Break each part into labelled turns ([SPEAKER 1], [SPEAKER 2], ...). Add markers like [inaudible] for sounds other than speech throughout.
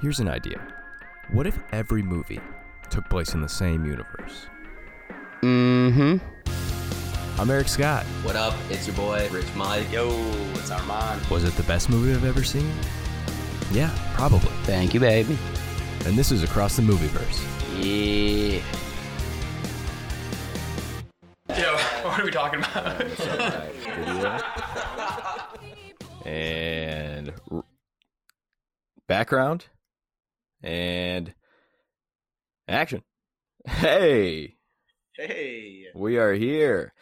[SPEAKER 1] Here's an idea. What if every movie took place in the same universe?
[SPEAKER 2] Mm-hmm.
[SPEAKER 1] I'm Eric Scott.
[SPEAKER 2] What up? It's your boy, Rich Mike. Yo, it's Armand.
[SPEAKER 1] Was it the best movie I've ever seen? Yeah, probably.
[SPEAKER 2] Thank you, baby.
[SPEAKER 1] And this is Across the Movieverse.
[SPEAKER 2] Yeah.
[SPEAKER 3] Yo, [laughs] what are we talking about?
[SPEAKER 1] And r- background and action. [laughs] Hey,
[SPEAKER 3] Hey.
[SPEAKER 1] we are here.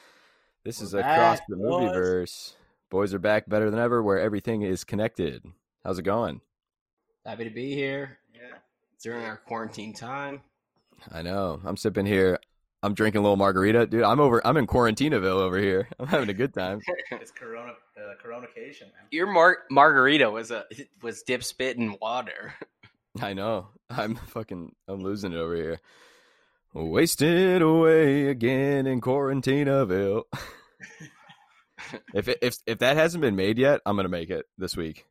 [SPEAKER 1] This is
[SPEAKER 2] We're
[SPEAKER 1] Across
[SPEAKER 2] back,
[SPEAKER 1] the
[SPEAKER 2] boys.
[SPEAKER 1] Movieverse. Boys are back better than ever where everything is connected. How's it going?
[SPEAKER 2] Happy to be here
[SPEAKER 3] Yeah.
[SPEAKER 2] during our quarantine time.
[SPEAKER 1] I know. I'm sipping here. I'm drinking a little margarita, dude. I'm over. I'm in Quarantinaville over here. [laughs] I'm having a good time.
[SPEAKER 3] It's Corona, uh, Corona Cation, man.
[SPEAKER 2] Your mar- margarita was a was dip spit in water. [laughs]
[SPEAKER 1] I know. I'm fucking. I'm losing it over here. Wasted away again in Quarantinaville. [laughs] if it, if if that hasn't been made yet, I'm gonna make it this week.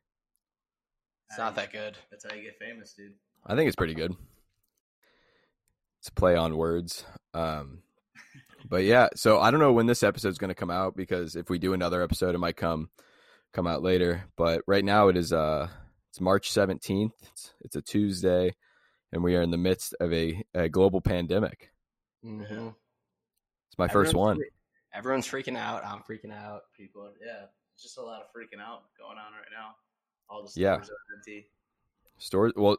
[SPEAKER 2] It's not that good.
[SPEAKER 3] That's how you get famous, dude.
[SPEAKER 1] I think it's pretty good. It's a play on words. Um, but yeah, so I don't know when this episode's going to come out because if we do another episode, it might come come out later. But right now, it is uh, it's March seventeenth. It's, it's a Tuesday, and we are in the midst of a, a global pandemic.
[SPEAKER 2] Mhm.
[SPEAKER 1] It's my first one.
[SPEAKER 2] Everyone's fre- Everyone's freaking out. I'm freaking out.
[SPEAKER 3] People, are, yeah, it's just a lot of freaking out going on right now. All the stores
[SPEAKER 1] Yeah.
[SPEAKER 3] are empty.
[SPEAKER 1] Stores, well,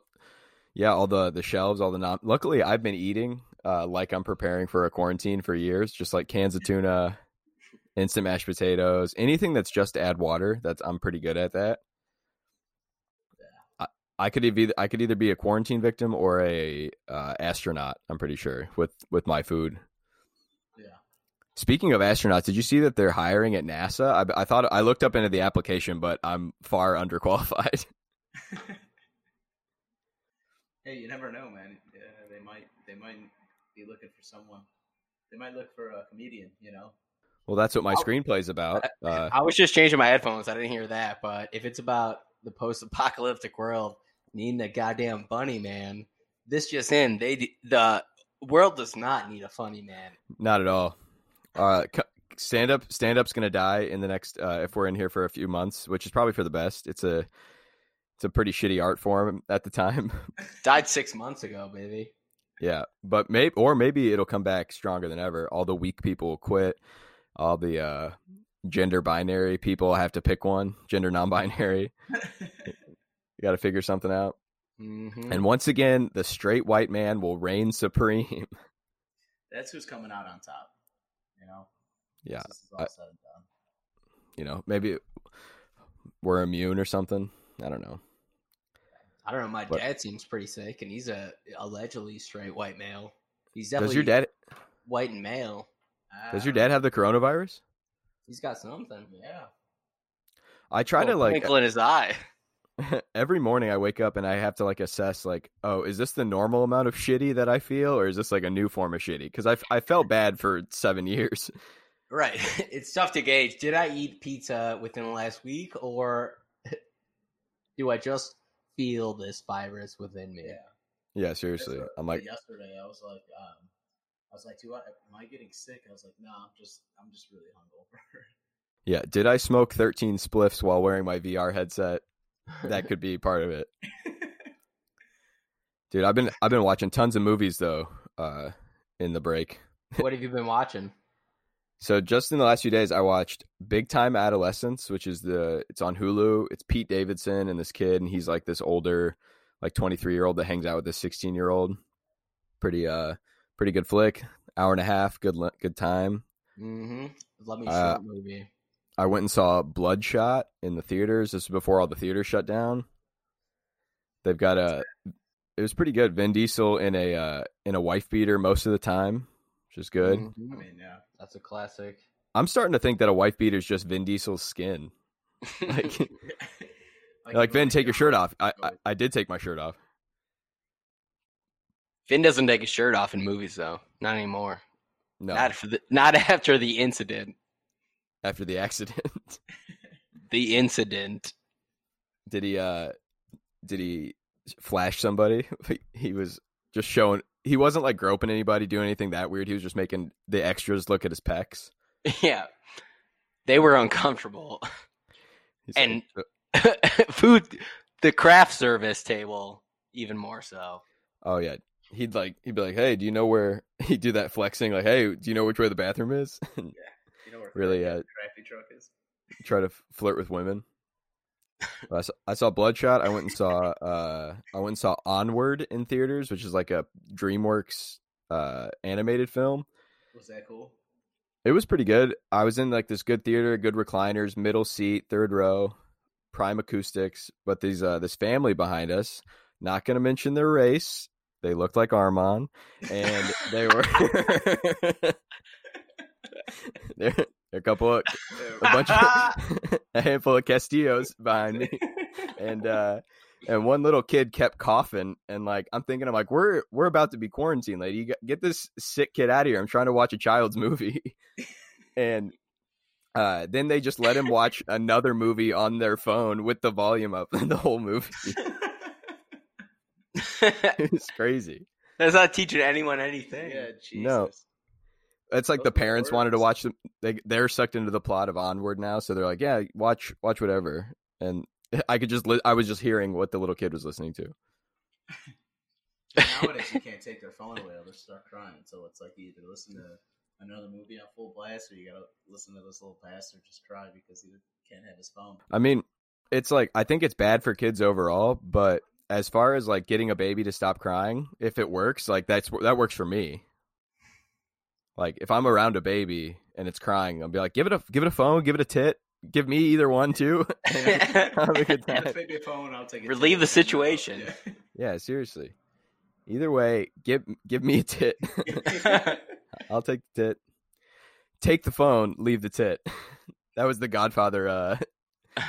[SPEAKER 1] yeah, all the the shelves, all the non. Luckily, I've been eating uh, like I'm preparing for a quarantine for years, just like cans of tuna, instant mashed potatoes, anything that's just to add water. That's I'm pretty good at that. I, I could either I could either be a quarantine victim or a uh, astronaut. I'm pretty sure with with my food.
[SPEAKER 3] Yeah.
[SPEAKER 1] Speaking of astronauts, did you see that they're hiring at NASA? I, I thought I looked up into the application, but I'm far [laughs] underqualified.
[SPEAKER 3] Hey, you never know, man. Yeah, they might, they might be looking for someone. They might look for a comedian, you know.
[SPEAKER 1] Well, that's what my
[SPEAKER 2] I'll-
[SPEAKER 1] screenplay's about. Uh,
[SPEAKER 2] I was just changing my headphones. I didn't hear that, but if it's about the post-apocalyptic world needing a goddamn bunny man, this just in, they d- the world does not need a funny man.
[SPEAKER 1] not at all. Uh, stand up, stand up's gonna die in the next. Uh, if we're in here for a few months, which is probably for the best. It's a, it's a pretty shitty art form at the time. [laughs]
[SPEAKER 2] Died six months ago, baby.
[SPEAKER 1] yeah, but maybe or maybe it'll come back stronger than ever. All the weak people will quit. All the uh, gender binary people have to pick one. Gender non-binary. You got to figure something out.
[SPEAKER 2] Mm-hmm.
[SPEAKER 1] And once again, the straight white man will reign supreme.
[SPEAKER 3] That's who's coming out on top, you know.
[SPEAKER 1] Yeah,
[SPEAKER 3] This is all
[SPEAKER 1] I-
[SPEAKER 3] said and done.
[SPEAKER 1] you know, maybe we're immune or something. I don't know.
[SPEAKER 2] I don't know. My
[SPEAKER 1] What?
[SPEAKER 2] dad seems pretty sick, and he's a allegedly straight white male. He's
[SPEAKER 1] Does
[SPEAKER 2] definitely
[SPEAKER 1] your dad
[SPEAKER 2] white and male.
[SPEAKER 3] I
[SPEAKER 1] Does your
[SPEAKER 3] don't
[SPEAKER 1] dad have the coronavirus?
[SPEAKER 2] He's got something.
[SPEAKER 3] know. Yeah. Oh.
[SPEAKER 1] I try to
[SPEAKER 2] Little
[SPEAKER 1] like
[SPEAKER 2] twinkle in his eye.
[SPEAKER 1] [laughs] every morning I wake up and I have to like assess like, oh, is this the normal amount of shitty that I feel or is this like a new form of shitty? Cuz I I felt bad for 7 [laughs] years.
[SPEAKER 2] Right. [laughs] It's tough to gauge. Did I eat pizza within the last week or [laughs] do I just feel this virus within me?
[SPEAKER 3] Yeah.
[SPEAKER 1] Yeah, seriously.
[SPEAKER 3] That's what-
[SPEAKER 1] I'm like,
[SPEAKER 3] yesterday I was like um I was like, do I am I getting sick? I was like, no, I'm just I'm just really hungover. [laughs]
[SPEAKER 1] yeah, did I smoke 13 spliffs while wearing my VR headset? That could be part of it. Dude, I've been I've been watching tons of movies though uh in the break.
[SPEAKER 2] [laughs] what have you been watching?
[SPEAKER 1] So just in the last few days, I watched Big Time Adolescence, which is the it's on Hulu. It's Pete Davidson and this kid, and he's like this older, like twenty three year old that hangs out with this sixteen year old. Pretty uh, pretty good flick. Hour and a half, good le- good time.
[SPEAKER 2] Mm-hmm. Let me see
[SPEAKER 1] Uh,
[SPEAKER 2] that movie.
[SPEAKER 1] I went and saw Bloodshot in the theaters. This was before all the theaters shut down. They've got a. It was pretty good. Vin Diesel in a uh, in a wife beater most of the time, which is good.
[SPEAKER 3] I
[SPEAKER 2] Mhm.
[SPEAKER 3] mean, yeah.
[SPEAKER 2] That's a
[SPEAKER 3] [laughs]
[SPEAKER 2] classic.
[SPEAKER 1] I'm starting to think that a wife beater is just Vin Diesel's skin. [laughs]
[SPEAKER 2] [laughs]
[SPEAKER 1] Like- like
[SPEAKER 3] you
[SPEAKER 1] Vin,
[SPEAKER 3] might
[SPEAKER 1] take your
[SPEAKER 3] go-
[SPEAKER 1] shirt off. I, I
[SPEAKER 3] go-
[SPEAKER 1] I did take my shirt off.
[SPEAKER 2] Finn doesn't take his shirt off in movies though. Not anymore.
[SPEAKER 1] No,
[SPEAKER 2] Not for the, not after the incident.
[SPEAKER 1] after the [laughs] accident,
[SPEAKER 2] The incident. [laughs]
[SPEAKER 1] did he? uh Did he flash somebody. [laughs] He was just showing. He wasn't like groping anybody, doing anything that weird. He was just making the extras look at his pecs.
[SPEAKER 4] yeah, they were
[SPEAKER 2] [laughs]
[SPEAKER 4] uncomfortable.
[SPEAKER 1] He's
[SPEAKER 4] And-
[SPEAKER 1] like,
[SPEAKER 4] Food, the craft service table, even more
[SPEAKER 2] [laughs]
[SPEAKER 4] so.
[SPEAKER 1] oh yeah, he'd like he'd be like, hey, do you know where [laughs] he'd do that flexing? Like, hey, do you know which way the bathroom is? [laughs] And
[SPEAKER 3] You know where
[SPEAKER 1] really,
[SPEAKER 3] Crafty-
[SPEAKER 1] uh,
[SPEAKER 3] crafty truck is.
[SPEAKER 1] try to f- flirt with women. I saw, I saw Bloodshot. I went and saw uh, I went and saw Onward in theaters, which is like a DreamWorks uh, animated film.
[SPEAKER 3] Was that cool?
[SPEAKER 1] It was pretty good. I was in like this good theater, good recliners, middle seat, third row, prime acoustics. But these uh, this family behind us, not going to mention their race. They looked like Armand, and they were [laughs] they're, they're a couple of a
[SPEAKER 3] [laughs]
[SPEAKER 1] bunch of [laughs] a handful of Castillos behind me, and uh, and one little kid kept coughing, and like I'm thinking, I'm like, we're we're about to be quarantined, lady. You got- Get this sick kid out of here. I'm trying to watch a child's movie, [laughs] and uh, then they just let him watch another movie on their phone with the volume up [laughs] the whole movie.
[SPEAKER 4] That's
[SPEAKER 1] it's crazy.
[SPEAKER 4] not teaching anyone anything.
[SPEAKER 3] yeah, Jesus.
[SPEAKER 1] No. It's like the
[SPEAKER 3] Those were
[SPEAKER 1] parents wanted to
[SPEAKER 3] words.
[SPEAKER 1] watch them. They they're sucked into the plot of Onward now, so they're like, yeah, watch watch whatever. And [laughs] I could just li- I was just hearing what the little kid was listening to.
[SPEAKER 3] Nowadays, you can't take their phone away; they'll start crying. So it's like you either listen to another movie on full blast, or you gotta listen to this little bastard just cry because he can't have his
[SPEAKER 4] [laughs]
[SPEAKER 3] phone.
[SPEAKER 1] I mean, it's like I think it's bad for kids overall, but as far as like getting a baby to stop crying, if it works, like that's that works for me. Like if I'm around a baby and it's crying, I'll be like, give it a give it a phone, give it a tit, give me either one too. [laughs] Have a good time.
[SPEAKER 3] Just Pick your phone. I'll take it.
[SPEAKER 4] Relieve the situation.
[SPEAKER 1] Yeah, seriously. Either way, give give me a tit.
[SPEAKER 4] [laughs]
[SPEAKER 3] Yeah. [laughs]
[SPEAKER 1] I'll take the tit. Take the phone, leave the tit. [laughs] That was the Godfather uh [laughs]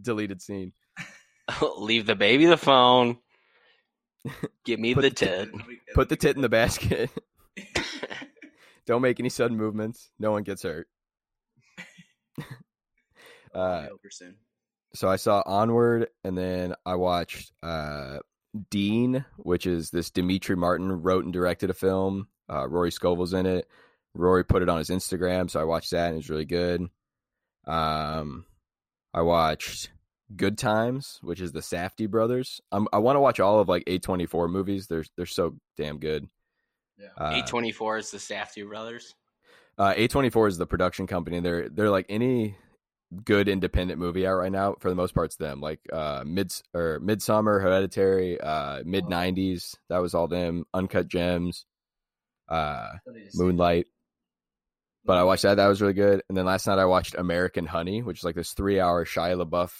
[SPEAKER 1] deleted scene.
[SPEAKER 4] [laughs] Leave the baby the
[SPEAKER 1] [laughs]
[SPEAKER 4] phone. Give me
[SPEAKER 1] Put
[SPEAKER 4] the
[SPEAKER 1] the
[SPEAKER 4] tit.
[SPEAKER 1] Put the
[SPEAKER 3] [laughs]
[SPEAKER 1] tit in the basket. [laughs] Don't make any sudden movements. No one gets hurt. [laughs] uh,
[SPEAKER 3] Wilkerson.
[SPEAKER 1] so I saw Onward, and then I watched uh, Dean, which is this Dimitri Martin wrote and directed a film. Uh, Rory Scovel's in it. Rory put it on his Instagram, so I watched that, and it was really good. Um, I watched Good Times, which is the Safdie brothers. Um, I want to watch all of like A24 movies. They're they're so damn good.
[SPEAKER 3] Yeah.
[SPEAKER 1] Uh,
[SPEAKER 4] Eight twenty four is the Safety brothers.
[SPEAKER 1] uh, A24 is the production company. They're they're like any good independent movie out right now. For the most part, it's them. Like uh, mid or Midsummer, Hereditary, uh, mid '90s. That was all them. Uncut Gems, uh, Moonlight. But I watched that. That was really good. And then last night I watched American Honey, which is like this three-hour Shia LaBeouf,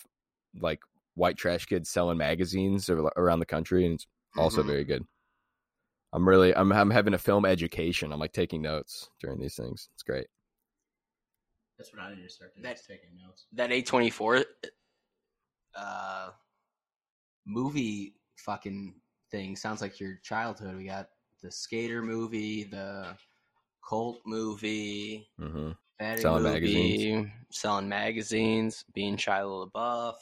[SPEAKER 1] like white trash kid selling magazines ar- around the country, and it's also
[SPEAKER 2] Mm-hmm.
[SPEAKER 4] Mhm.
[SPEAKER 1] very good. I'm really I'm I'm having a film education. I'm like taking notes during these things. It's great.
[SPEAKER 3] That's what I need to start doing.
[SPEAKER 4] That-
[SPEAKER 3] is taking notes.
[SPEAKER 4] That eight twenty four uh movie fucking thing sounds like your childhood. We got the skater movie, the cult movie,
[SPEAKER 1] Mm-hmm.
[SPEAKER 4] fatty
[SPEAKER 1] Selling
[SPEAKER 4] movie, selling magazines, being Shia LaBeouf.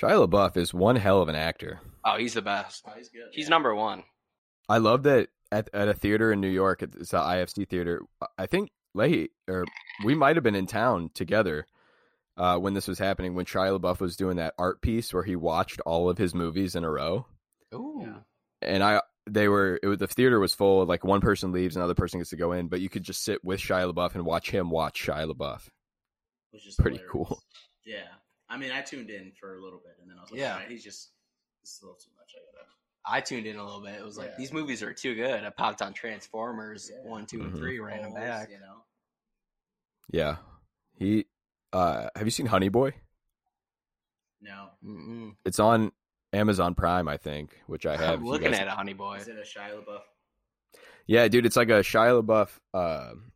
[SPEAKER 1] Shia LaBeouf is one hell of an actor.
[SPEAKER 4] Oh, he's the best.
[SPEAKER 3] Oh, he's good.
[SPEAKER 4] He's
[SPEAKER 3] yeah.
[SPEAKER 4] number one.
[SPEAKER 1] I love that at, at a theater in New York. at- It's the IFC theater. I think Leahy or we might have been in town together uh, when this was happening. When Shia LaBeouf was doing that art piece where he watched all of his movies in a row,
[SPEAKER 4] Ooh.
[SPEAKER 3] Yeah.
[SPEAKER 1] and I they were it was, the theater was full. Like one person leaves, another person gets to go in, but you could just sit with Shia LaBeouf and watch him watch Shia LaBeouf.
[SPEAKER 3] which is
[SPEAKER 1] Pretty
[SPEAKER 3] hilarious.
[SPEAKER 1] cool.
[SPEAKER 3] Yeah, I mean, I tuned in for a little bit, and then I was like,
[SPEAKER 4] Yeah.
[SPEAKER 3] yeah, he's just this is a little too much. I gotta.
[SPEAKER 4] I tuned in a little bit. It was like
[SPEAKER 3] Yeah.
[SPEAKER 4] these movies are too good. I popped on Transformers
[SPEAKER 3] Yeah.
[SPEAKER 4] one, two,
[SPEAKER 1] Mhm.
[SPEAKER 4] and three, ran them
[SPEAKER 3] Always,
[SPEAKER 4] back.
[SPEAKER 3] you know.
[SPEAKER 1] Yeah, he. Uh, have you seen Honey Boy?
[SPEAKER 3] No,
[SPEAKER 4] Mm-mm.
[SPEAKER 1] It's on Amazon Prime, I think, which
[SPEAKER 2] [laughs]
[SPEAKER 1] I have. if
[SPEAKER 4] I'm
[SPEAKER 1] you
[SPEAKER 4] looking
[SPEAKER 1] guys-
[SPEAKER 4] at it, Honey Boy.
[SPEAKER 3] is it a Shia LaBeouf?
[SPEAKER 1] Yeah, dude, it's like a Shia LaBeouf, um,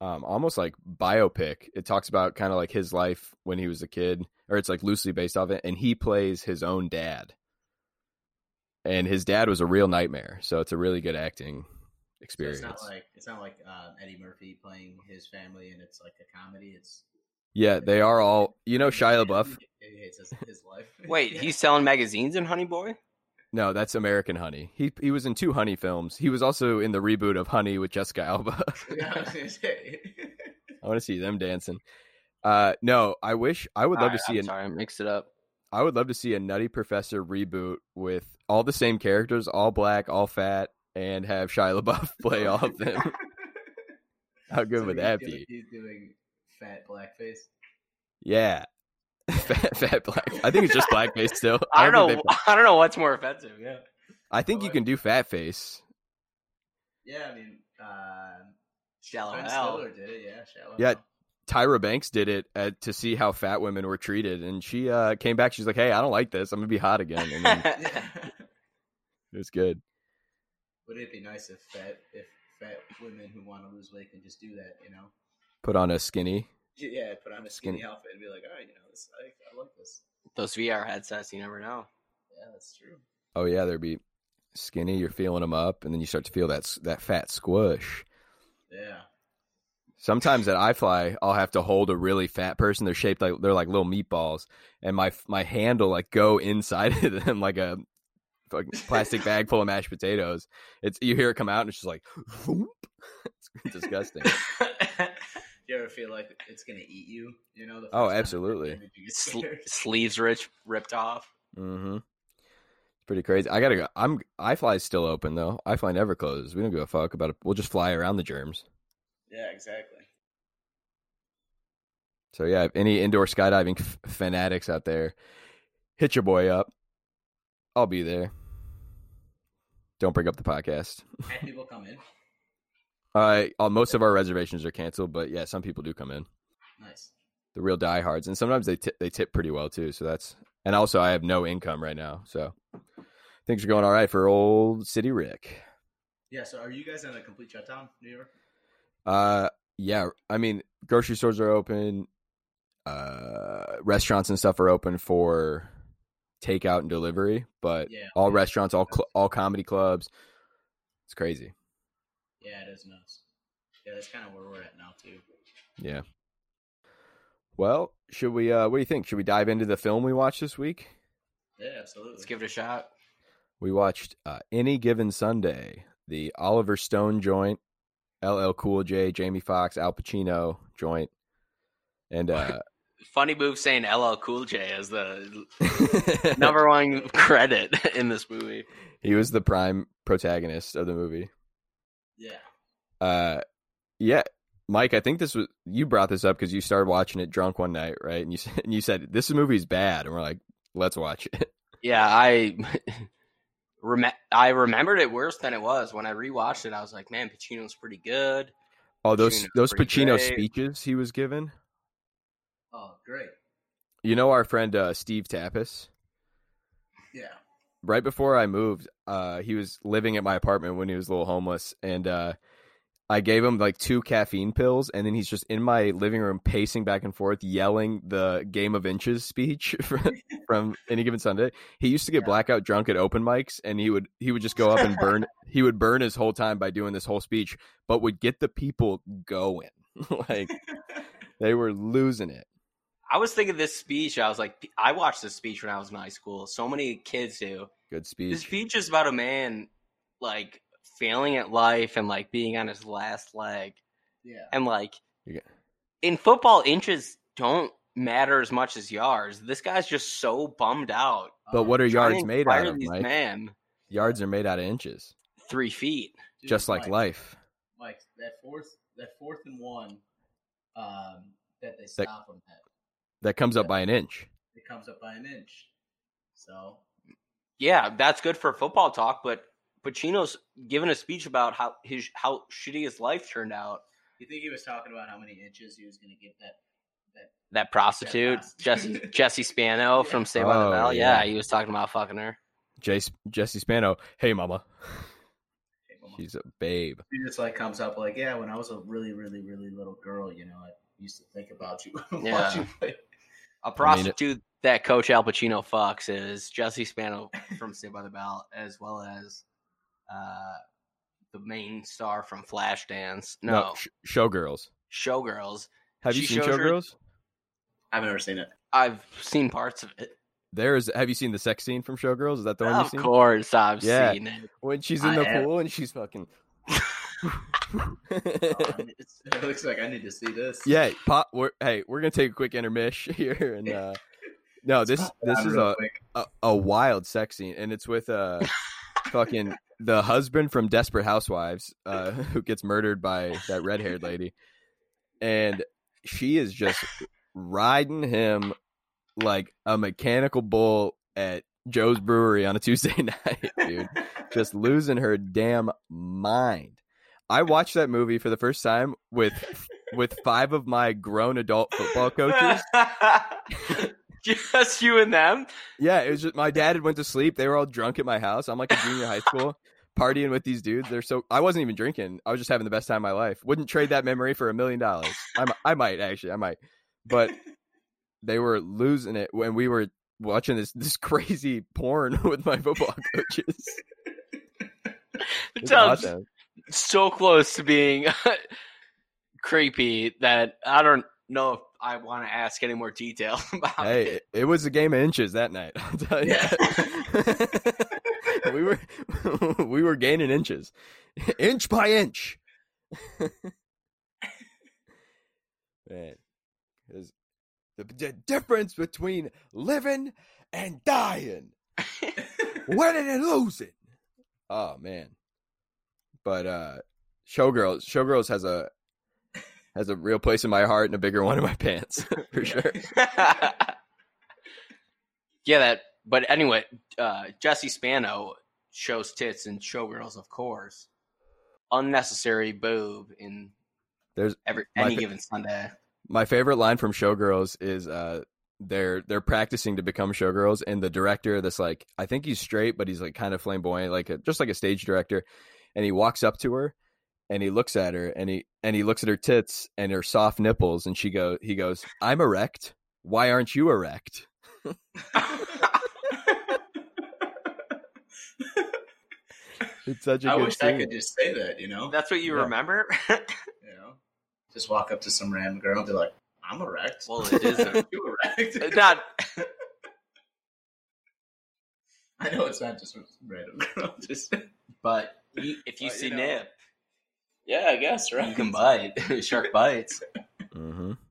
[SPEAKER 1] um, almost like biopic. It talks about kind of like his life when he was a kid, or it's like loosely based off it, and he plays his own dad. And his dad was a real nightmare, so it's a really good acting
[SPEAKER 3] So
[SPEAKER 1] experience.
[SPEAKER 3] uh, It's not like it's not like um, Eddie Murphy playing his family, and it's like a comedy. It's
[SPEAKER 1] Yeah, they are all. You know Oh, Shia LaBeouf?
[SPEAKER 3] He hates his, his life. [laughs]
[SPEAKER 2] Wait, he's selling magazines in Honey Boy?
[SPEAKER 1] No, that's American Honey. He he was in two Honey films. He was also in the reboot of Honey with Jessica Alba. [laughs]
[SPEAKER 3] Yeah, I was gonna say.
[SPEAKER 1] I want to see them dancing. Uh, no, I wish I would love to see
[SPEAKER 2] I'm
[SPEAKER 1] an
[SPEAKER 2] sorry, I mixed it up.
[SPEAKER 1] I would love to see a Nutty Professor reboot with all the same characters, all black, all fat, and have Shia LaBeouf [laughs] play all of
[SPEAKER 2] [laughs]
[SPEAKER 1] them. How good
[SPEAKER 3] So
[SPEAKER 1] would
[SPEAKER 3] he's
[SPEAKER 1] that
[SPEAKER 3] doing-
[SPEAKER 1] be?
[SPEAKER 3] He's doing fat blackface.
[SPEAKER 1] Yeah, [laughs] fat, fat black. I think it's just blackface still.
[SPEAKER 2] I don't
[SPEAKER 1] think
[SPEAKER 2] know.
[SPEAKER 1] they-
[SPEAKER 2] [laughs] I don't know what's more offensive. Yeah.
[SPEAKER 1] [laughs] I think you can do fat face.
[SPEAKER 3] Yeah, I mean, uh,
[SPEAKER 2] Shallow
[SPEAKER 3] Ben
[SPEAKER 2] hell.
[SPEAKER 3] Stiller did it. Yeah, shallow.
[SPEAKER 1] Yeah.
[SPEAKER 3] Hell.
[SPEAKER 1] Tyra Banks did it uh to see how fat women were treated, and she uh, came back. She's like, "Hey, I don't like this. I'm gonna be hot again." And
[SPEAKER 2] [laughs]
[SPEAKER 1] then
[SPEAKER 3] [laughs] Yeah.
[SPEAKER 1] it was good.
[SPEAKER 3] Would it be nice if fat if fat women who want to lose weight can just do that? You know.
[SPEAKER 1] Put on a skinny.
[SPEAKER 3] Yeah, put on a
[SPEAKER 1] Skinny.
[SPEAKER 3] skinny, outfit and be like, all right, you know, this, I, I like this.
[SPEAKER 2] Those VR headsets, you never know.
[SPEAKER 3] Yeah, that's true.
[SPEAKER 1] Oh yeah, there'd be skinny. You're feeling them up, and then you start to feel that s- that fat squish.
[SPEAKER 3] Yeah.
[SPEAKER 1] Sometimes at iFly, I'll have to hold a really fat person. They're shaped like they're like little meatballs, and my my hand will like go inside of them [laughs] like a fucking plastic bag full of mashed potatoes. It's you hear it come out, and it's just like, [laughs] whoop. it's disgusting.
[SPEAKER 3] [laughs] Do you ever feel like it's gonna eat you? You know. The
[SPEAKER 1] Oh,
[SPEAKER 3] first time
[SPEAKER 1] absolutely.
[SPEAKER 3] you get
[SPEAKER 2] Sl-
[SPEAKER 3] scared. [laughs]
[SPEAKER 2] sleeves rich ripped off.
[SPEAKER 1] Mm-hmm. It's pretty crazy. I gotta go. I'm iFly's still open though. iFly never closes. We don't give a fuck about it. We'll just fly around the germs.
[SPEAKER 3] yeah, exactly.
[SPEAKER 1] So yeah, if any indoor skydiving f- fanatics out there, hit your boy up. I'll be there. Don't break up the podcast.
[SPEAKER 3] Had people come in.
[SPEAKER 1] Uh, all, most of our reservations are canceled, but yeah, some people do come in.
[SPEAKER 3] Nice.
[SPEAKER 1] The real diehards, and sometimes they ti they tip pretty well too. So that's and also I have no income right now, so things are going all right for old City Rick.
[SPEAKER 3] Yeah. So, are you guys on a complete shutdown, New York?
[SPEAKER 1] Uh, yeah. I mean, grocery stores are open. Uh, restaurants and stuff are open for takeout and delivery, but
[SPEAKER 3] Yeah.
[SPEAKER 1] all restaurants, all cl- all comedy clubs. It's crazy.
[SPEAKER 3] Yeah, it is nuts. Yeah, that's kind of where we're at now too.
[SPEAKER 1] Yeah. Well, should we? Uh, what do you think? Should we dive into the film we watched this week?
[SPEAKER 3] Yeah, absolutely.
[SPEAKER 2] Let's give it a shot.
[SPEAKER 1] We watched uh, Any Given Sunday, the Oliver Stone joint, LL Cool J, Jamie Foxx, Al Pacino joint,
[SPEAKER 3] [laughs]
[SPEAKER 1] and uh, [laughs]
[SPEAKER 2] Funny move saying LL Cool J as the number one credit [laughs] in this movie.
[SPEAKER 1] he was the prime protagonist of the movie.
[SPEAKER 3] yeah.
[SPEAKER 1] uh yeah mike i think this was you brought this up because you started watching it drunk one night right and you said and you said this movie's bad and we're like let's watch it [laughs]
[SPEAKER 2] Yeah, I [laughs] rem- I remembered it worse than it was when I rewatched it. I was like, man, Pacino's pretty good.
[SPEAKER 1] oh those
[SPEAKER 2] Pacino's
[SPEAKER 1] those
[SPEAKER 2] pretty
[SPEAKER 1] pacino
[SPEAKER 2] great.
[SPEAKER 1] speeches he was given
[SPEAKER 3] Oh, great.
[SPEAKER 1] you know our friend uh, steve tappas
[SPEAKER 3] Yeah.
[SPEAKER 1] right before I moved, uh, he was living at my apartment when he was a little homeless, and uh, I gave him like two caffeine pills, and then he's just in my living room pacing back and forth, yelling the "Game of Inches" speech [laughs] from, from any given Sunday. He used to get
[SPEAKER 3] Yeah.
[SPEAKER 1] blackout drunk at open mics, and he would he would just go up and burn. he would burn his whole time by doing this whole speech, but would get the people going. [laughs] like they were losing it.
[SPEAKER 2] I was thinking this speech. I was like, I watched this speech when I was in high school. So many kids do.
[SPEAKER 1] Good
[SPEAKER 2] This
[SPEAKER 1] speech.
[SPEAKER 2] speech is about a man like failing at life and like being on his last leg.
[SPEAKER 3] Yeah.
[SPEAKER 2] And like
[SPEAKER 1] You get-
[SPEAKER 2] in football, inches don't matter as much as yards. This guy's just so bummed out.
[SPEAKER 1] but what are
[SPEAKER 2] Trying to
[SPEAKER 1] yards made
[SPEAKER 2] inspire
[SPEAKER 1] out of,
[SPEAKER 2] these
[SPEAKER 1] Mike?
[SPEAKER 2] men
[SPEAKER 1] Yards are made out of inches,
[SPEAKER 2] three feet.
[SPEAKER 3] Um, Dude,
[SPEAKER 1] just like
[SPEAKER 3] Mike,
[SPEAKER 1] life.
[SPEAKER 3] Mike, that fourth, that fourth and one, um, that they stop him at,
[SPEAKER 1] that comes up by an inch.
[SPEAKER 3] it comes up by an inch. So
[SPEAKER 2] Yeah, that's good for football talk, but Pacino's giving a speech about how his how shitty his life turned out.
[SPEAKER 3] you think he was talking about how many inches he was going to get that?
[SPEAKER 2] That prostitute, Jesse
[SPEAKER 3] prostitute.
[SPEAKER 2] Jesse Spano from Saved by
[SPEAKER 1] Oh,
[SPEAKER 2] the Bell. Yeah.
[SPEAKER 1] yeah.
[SPEAKER 2] he was talking about fucking her.
[SPEAKER 1] Jace, Jesse Spano, hey mama,
[SPEAKER 3] Okay, well,
[SPEAKER 1] she's a babe.
[SPEAKER 3] He just like comes up like, yeah, when I was a really, really, really little girl, you know, I used to think about you. [laughs]
[SPEAKER 2] Yeah.
[SPEAKER 3] watching play.
[SPEAKER 2] A prostitute that Coach Al Pacino fucks is Jesse Spano from Saved by the Bell, as well as uh, the main star from Flashdance. No,
[SPEAKER 1] sh- showgirls.
[SPEAKER 2] Showgirls.
[SPEAKER 1] Have you
[SPEAKER 2] She
[SPEAKER 1] seen
[SPEAKER 2] shows her-
[SPEAKER 1] showgirls?
[SPEAKER 3] I've never seen it.
[SPEAKER 4] I've seen parts of it.
[SPEAKER 1] There's have you seen the sex scene from Showgirls? Is that the one you've
[SPEAKER 4] of
[SPEAKER 1] seen?
[SPEAKER 4] course, I've
[SPEAKER 1] Yeah.
[SPEAKER 4] seen it.
[SPEAKER 1] When she's in
[SPEAKER 3] I
[SPEAKER 1] the
[SPEAKER 3] have.
[SPEAKER 1] pool and she's fucking [laughs]
[SPEAKER 3] Oh, I need- it looks like I need to see this.
[SPEAKER 1] Yeah, pop we're, hey, we're gonna take a quick intermission [laughs] here and uh no, this this
[SPEAKER 3] Down
[SPEAKER 1] is
[SPEAKER 3] real
[SPEAKER 1] a,
[SPEAKER 3] quick.
[SPEAKER 1] a a wild sex scene and it's with uh fucking the husband from Desperate Housewives, uh, [laughs] who gets murdered by that red haired lady. And she is just riding him like a mechanical bull at Joe's Brewery on a Tuesday [laughs] night, dude. Just losing her damn mind. I watched that movie for the first time with with five of my grown adult
[SPEAKER 4] [laughs]
[SPEAKER 1] football coaches.
[SPEAKER 4] Just you and them.
[SPEAKER 1] Yeah, it was just my dad had went to sleep. They were all drunk at my house. I'm like a junior high school partying with these dudes. They're so I wasn't even drinking. I was just having the best time of my life. Wouldn't trade that memory for a million dollars. I mi- I might actually. I might. But they were losing it when we were watching this this [laughs] crazy porn [laughs] with my football coaches. It was
[SPEAKER 4] Sounds
[SPEAKER 1] awesome.
[SPEAKER 4] so close to being [laughs] creepy that I don't know if I want to ask any more detail [laughs] about
[SPEAKER 1] Hey,
[SPEAKER 4] it.
[SPEAKER 1] it- it was a game of inches that night. [laughs] I'll tell you.
[SPEAKER 3] Yeah.
[SPEAKER 1] [laughs] we were [laughs] we were gaining inches, inch by
[SPEAKER 4] [laughs]
[SPEAKER 1] inch. Man, 'Cause the, the difference between living and dying, winning and losing. Oh man, but uh, showgirls, showgirls has a has a real place in my heart and a bigger one in my pants [laughs] for sure.
[SPEAKER 4] [laughs] yeah, that. But anyway, uh, Jesse Spano shows tits in Showgirls, of course. Unnecessary boob in
[SPEAKER 1] There's
[SPEAKER 4] every
[SPEAKER 1] My
[SPEAKER 4] any
[SPEAKER 1] fa-
[SPEAKER 4] given Sunday.
[SPEAKER 1] My favorite line from Showgirls is uh they're they're practicing to become showgirls and the director that's like I think he's straight but he's like kind of flamboyant like a, just like a stage director and he walks up to her and he looks at her and he and he looks at her tits and her soft nipples and she go he goes I'm erect why aren't you erect
[SPEAKER 3] [laughs]
[SPEAKER 1] it's such a
[SPEAKER 3] I
[SPEAKER 1] good
[SPEAKER 3] wish I
[SPEAKER 1] scene.
[SPEAKER 3] could just say that, you know?
[SPEAKER 4] That's what you
[SPEAKER 1] Yeah.
[SPEAKER 4] remember.
[SPEAKER 3] you know? Just walk up to some random girl and be like, I'm erect.
[SPEAKER 4] well, it is a-
[SPEAKER 3] [laughs] you erect.
[SPEAKER 4] not.
[SPEAKER 3] I know it's not just some random girl. [laughs] Just,
[SPEAKER 4] But [laughs] you, if you
[SPEAKER 3] But,
[SPEAKER 4] see
[SPEAKER 3] you know,
[SPEAKER 4] nip,
[SPEAKER 3] yeah, I guess, right?
[SPEAKER 4] you can bite. [laughs] Shark
[SPEAKER 2] [laughs]
[SPEAKER 4] bites.
[SPEAKER 1] hmm [laughs]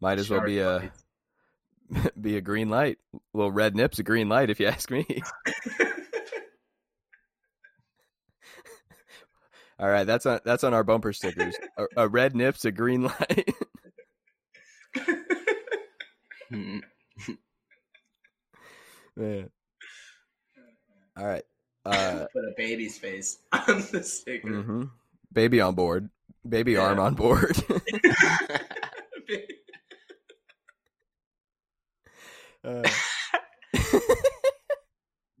[SPEAKER 1] might as well
[SPEAKER 3] Shark
[SPEAKER 1] be a [laughs] be a green light little red nips a green light if you ask me [laughs] all right that's on that's on our bumper stickers a, a red nips a green [laughs] light
[SPEAKER 3] [laughs]
[SPEAKER 4] Hmm.
[SPEAKER 1] Yeah. All
[SPEAKER 3] [laughs]
[SPEAKER 1] right. Uh,
[SPEAKER 3] Put a baby's face on the sticker. [laughs]
[SPEAKER 1] hmm Baby on board. Baby arm
[SPEAKER 3] Yeah.
[SPEAKER 1] on board. [laughs] uh,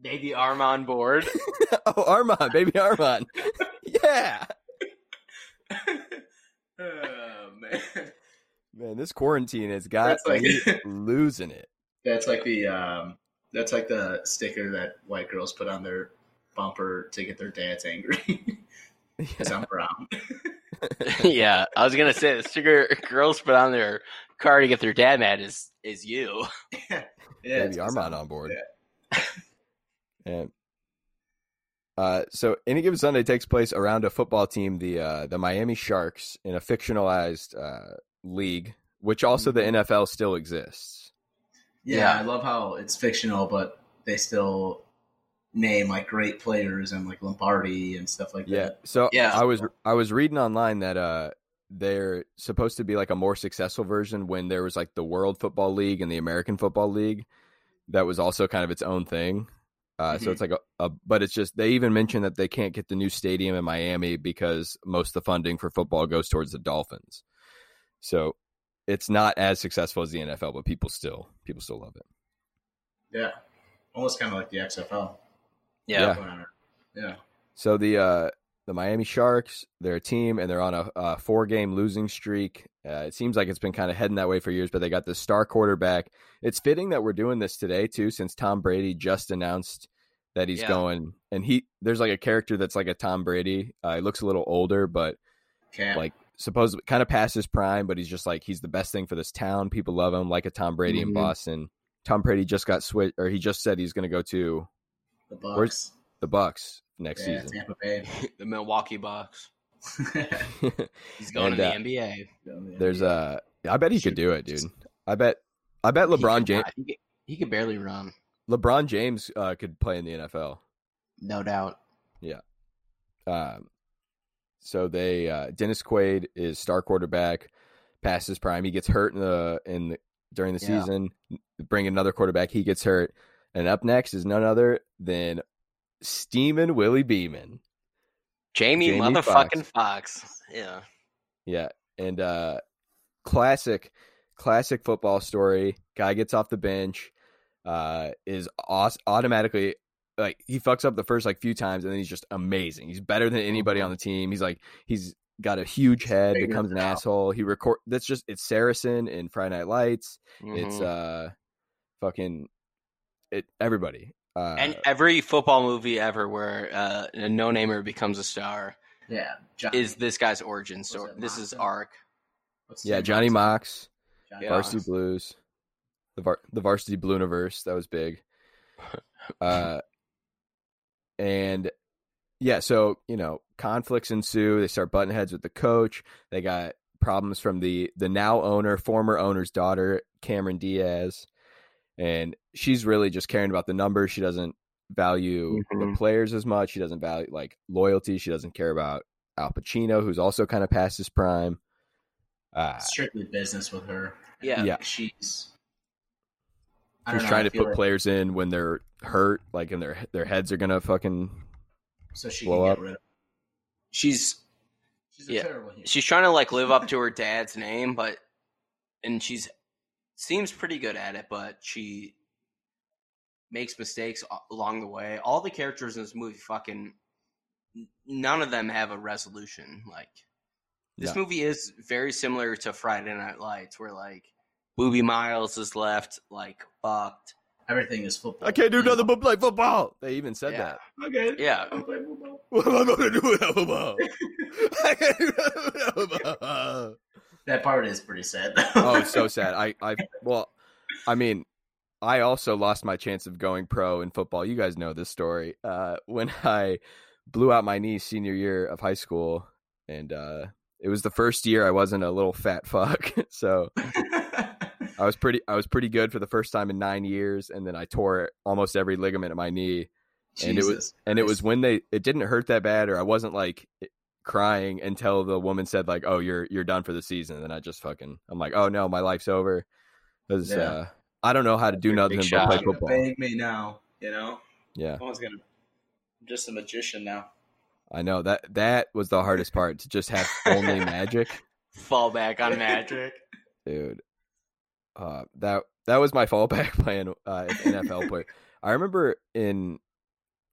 [SPEAKER 4] Baby arm on [laughs]
[SPEAKER 2] [laughs]
[SPEAKER 4] board.
[SPEAKER 1] oh, Armand, baby Armand. [laughs] yeah.
[SPEAKER 3] [laughs] oh, man.
[SPEAKER 1] Man, this quarantine has got
[SPEAKER 3] [laughs] That's like- [laughs]
[SPEAKER 1] me losing it. [laughs]
[SPEAKER 3] That's like the um, that's like the sticker that white girls put on their bumper to get their dads angry [laughs] because I'm brown.
[SPEAKER 4] yeah, I was gonna say the sticker girls put on their car to get their dad mad is is you.
[SPEAKER 3] [laughs] yeah,
[SPEAKER 1] baby Armand um, on board.
[SPEAKER 3] yeah.
[SPEAKER 1] [laughs] And, uh, so any given Sunday takes place around a football team, the uh, the Miami Sharks, in a fictionalized uh, league, which also
[SPEAKER 3] Mm-hmm.
[SPEAKER 1] the NFL still exists.
[SPEAKER 3] Yeah,
[SPEAKER 4] Yeah.
[SPEAKER 3] I love how it's fictional, but they still name like great players and like Lombardi and stuff like
[SPEAKER 1] Yeah.
[SPEAKER 3] that.
[SPEAKER 1] So
[SPEAKER 4] Yeah.
[SPEAKER 1] I was I was reading online that uh they're supposed to be like a more successful version when there was like the World Football League and the American Football League that was also kind of its own thing. Uh, So
[SPEAKER 3] Mhm.
[SPEAKER 1] it's like a, a, but it's just they even mentioned that they can't get the new stadium in Miami because most of the funding for football goes towards the Dolphins. So it's not as successful as the NFL, but people still people still love it.
[SPEAKER 3] Yeah, almost kind of like the XFL.
[SPEAKER 1] Yeah.
[SPEAKER 3] yeah.
[SPEAKER 1] So the uh, the Miami Sharks, they're a team, and they're on a, a four game losing streak. Uh, it seems like it's been kind of heading that way for years, but they got the star quarterback. It's fitting that we're doing this today too, since Tom Brady just announced that he's
[SPEAKER 4] Yeah.
[SPEAKER 1] going, and he there's like a character that's like a Tom Brady. Uh, he looks a little older, but
[SPEAKER 3] Cap.
[SPEAKER 1] like supposedly kind of past his prime, but he's just like he's the best thing for this town. People love him, like a Tom Brady in
[SPEAKER 2] Mhm.
[SPEAKER 1] Boston. Tom Brady just got switched, or he just said he's going to go to
[SPEAKER 3] The
[SPEAKER 1] Where's-
[SPEAKER 3] Bucks.
[SPEAKER 1] the Bucks next
[SPEAKER 3] yeah,
[SPEAKER 1] season.
[SPEAKER 3] Tampa Bay. [laughs]
[SPEAKER 2] [laughs] the Milwaukee Bucks.
[SPEAKER 1] [laughs]
[SPEAKER 2] He's going
[SPEAKER 1] And,
[SPEAKER 2] to the
[SPEAKER 1] uh,
[SPEAKER 2] NBA.
[SPEAKER 1] There's a. I bet he could
[SPEAKER 3] Shoot.
[SPEAKER 1] do it, dude. I bet. I bet
[SPEAKER 2] He
[SPEAKER 1] LeBron
[SPEAKER 2] could
[SPEAKER 1] James.
[SPEAKER 2] not- He could, he could barely run,
[SPEAKER 1] LeBron James uh, could play in the NFL.
[SPEAKER 2] no doubt.
[SPEAKER 1] Um, so they uh, Dennis Quaid is star quarterback, past his prime. He gets hurt in the in the, during the
[SPEAKER 2] Yeah.
[SPEAKER 1] season. Bring another quarterback. He gets hurt, and up next is none other than Steeman Willie Beeman.
[SPEAKER 2] Jamie,
[SPEAKER 1] Jamie
[SPEAKER 2] motherfucking Fox. Yeah.
[SPEAKER 1] Yeah, and uh, classic, classic football story. Guy gets off the bench, uh, is aus- automatically like he fucks up the first like few times, and then he's just amazing. He's better than anybody on the team. He's like he's got a huge head,
[SPEAKER 3] Figure
[SPEAKER 1] becomes an
[SPEAKER 3] it out.
[SPEAKER 1] asshole. He record that's just it's Saracen in Friday Night Lights. It's
[SPEAKER 2] Mhm.
[SPEAKER 3] Mm-hmm.
[SPEAKER 1] uh, fucking it everybody. Uh,
[SPEAKER 2] and every football movie ever where uh, a no namer becomes a star
[SPEAKER 3] yeah. Johnny,
[SPEAKER 2] is this guy's origin
[SPEAKER 3] Was
[SPEAKER 2] story.
[SPEAKER 3] it
[SPEAKER 2] This is
[SPEAKER 3] Moxon?
[SPEAKER 2] arc.
[SPEAKER 3] what's his
[SPEAKER 1] yeah,
[SPEAKER 3] name?
[SPEAKER 1] Johnny Mox,
[SPEAKER 3] Johnny
[SPEAKER 2] Yeah.
[SPEAKER 1] Varsity
[SPEAKER 3] Mox.
[SPEAKER 1] Blues, the var- the Varsity Blueniverse. That was big. Uh, and yeah, so you know, conflicts ensue. They start butting heads with the coach. They got problems from the the now owner, former owner's daughter, Cameron Diaz, and she's really just caring about the numbers. She doesn't value the
[SPEAKER 2] Mhm.
[SPEAKER 1] players as much. She doesn't value like loyalty. She doesn't care about Al Pacino, who's also kind of past his prime. Uh,
[SPEAKER 3] Strictly business with her.
[SPEAKER 2] Yeah.
[SPEAKER 1] Yeah.
[SPEAKER 3] She's. I don't
[SPEAKER 1] who's
[SPEAKER 3] know,
[SPEAKER 1] trying
[SPEAKER 3] I
[SPEAKER 1] to
[SPEAKER 3] feel
[SPEAKER 1] put
[SPEAKER 3] like-
[SPEAKER 1] players in when they're hurt, like and their their heads are gonna fucking
[SPEAKER 3] so she
[SPEAKER 1] blow
[SPEAKER 3] can
[SPEAKER 1] up.
[SPEAKER 3] get rid of.
[SPEAKER 2] She's
[SPEAKER 3] She's a
[SPEAKER 2] Yeah.
[SPEAKER 3] terrible human.
[SPEAKER 2] she's trying to like live up to her dad's name, but and she's seems pretty good at it, but she makes mistakes a- along the way. All the characters in this movie fucking n- none of them have a resolution. Like this
[SPEAKER 1] No.
[SPEAKER 2] movie is very similar to Friday Night Lights, where like Booby Miles is left like fucked.
[SPEAKER 3] Everything is football.
[SPEAKER 1] I can't do nothing but play football. They even said
[SPEAKER 2] Yeah.
[SPEAKER 1] that. [laughs]
[SPEAKER 3] Okay.
[SPEAKER 2] Yeah.
[SPEAKER 3] I'll play football.
[SPEAKER 1] What am I gonna do without football? [laughs] I can't do nothing without football.
[SPEAKER 3] That part is pretty sad. Though.
[SPEAKER 1] Oh, it's so
[SPEAKER 3] [laughs]
[SPEAKER 1] sad. I, I, well, I mean, I also lost my chance of going pro in football. You guys know this story. Uh, when I blew out my knee senior year of high school, and uh, it was the first year I wasn't a little fat [laughs] fuck, so I was pretty I was pretty good for the first time in nine years, and then I tore almost every ligament in my knee, And it was-
[SPEAKER 3] Jesus
[SPEAKER 1] and it was
[SPEAKER 3] Christ.
[SPEAKER 1] when they it didn't hurt that bad, or I wasn't like crying until the woman said like, "Oh, you're you're done for the season," and then I just fucking I'm like, "Oh no, my life's over." 'Cause,
[SPEAKER 3] Yeah.
[SPEAKER 1] uh, I don't know how to do nothing
[SPEAKER 2] big
[SPEAKER 1] but play
[SPEAKER 2] shot.
[SPEAKER 3] You're gonna
[SPEAKER 1] football.
[SPEAKER 3] Bang me now, you know.
[SPEAKER 1] Yeah,
[SPEAKER 3] Someone's gonna. I'm just a magician now.
[SPEAKER 1] I know that that was the hardest part to just have only magic,
[SPEAKER 2] Fall back
[SPEAKER 3] [laughs]
[SPEAKER 2] on magic. [laughs]
[SPEAKER 1] dude. Uh, that that was my fallback [laughs] plan. Uh, as an NFL player. I remember in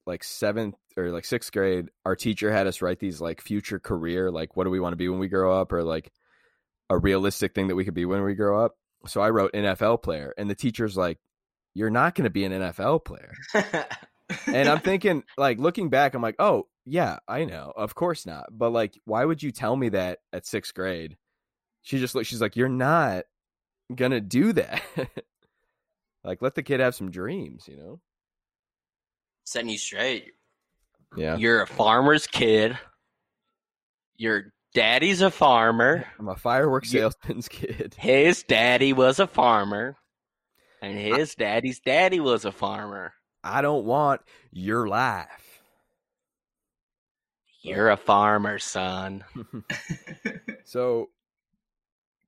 [SPEAKER 1] like seventh or like sixth grade, our teacher had us write these like future career, like what do we want to be when we grow up, or like a realistic thing that we could be when we grow up. So I wrote NFL player, and the teacher's like, "You're not going to be an NFL player." And I'm thinking, like looking back, I'm like, "Oh yeah, I know, of course not." But like, why would you tell me that at sixth grade? She just looked. She's like, "You're not gonna do that." [laughs] like, let the kid have some dreams, you know?
[SPEAKER 2] Setting you straight.
[SPEAKER 1] Yeah.
[SPEAKER 2] You're a farmer's kid. Your daddy's a farmer.
[SPEAKER 1] I'm a fireworks
[SPEAKER 2] You-
[SPEAKER 1] salesman's [laughs] kid.
[SPEAKER 2] His daddy was a farmer. And his daddy's daddy was a farmer.
[SPEAKER 1] I don't want your life. [laughs]
[SPEAKER 2] You're a farmer, son.
[SPEAKER 1] so,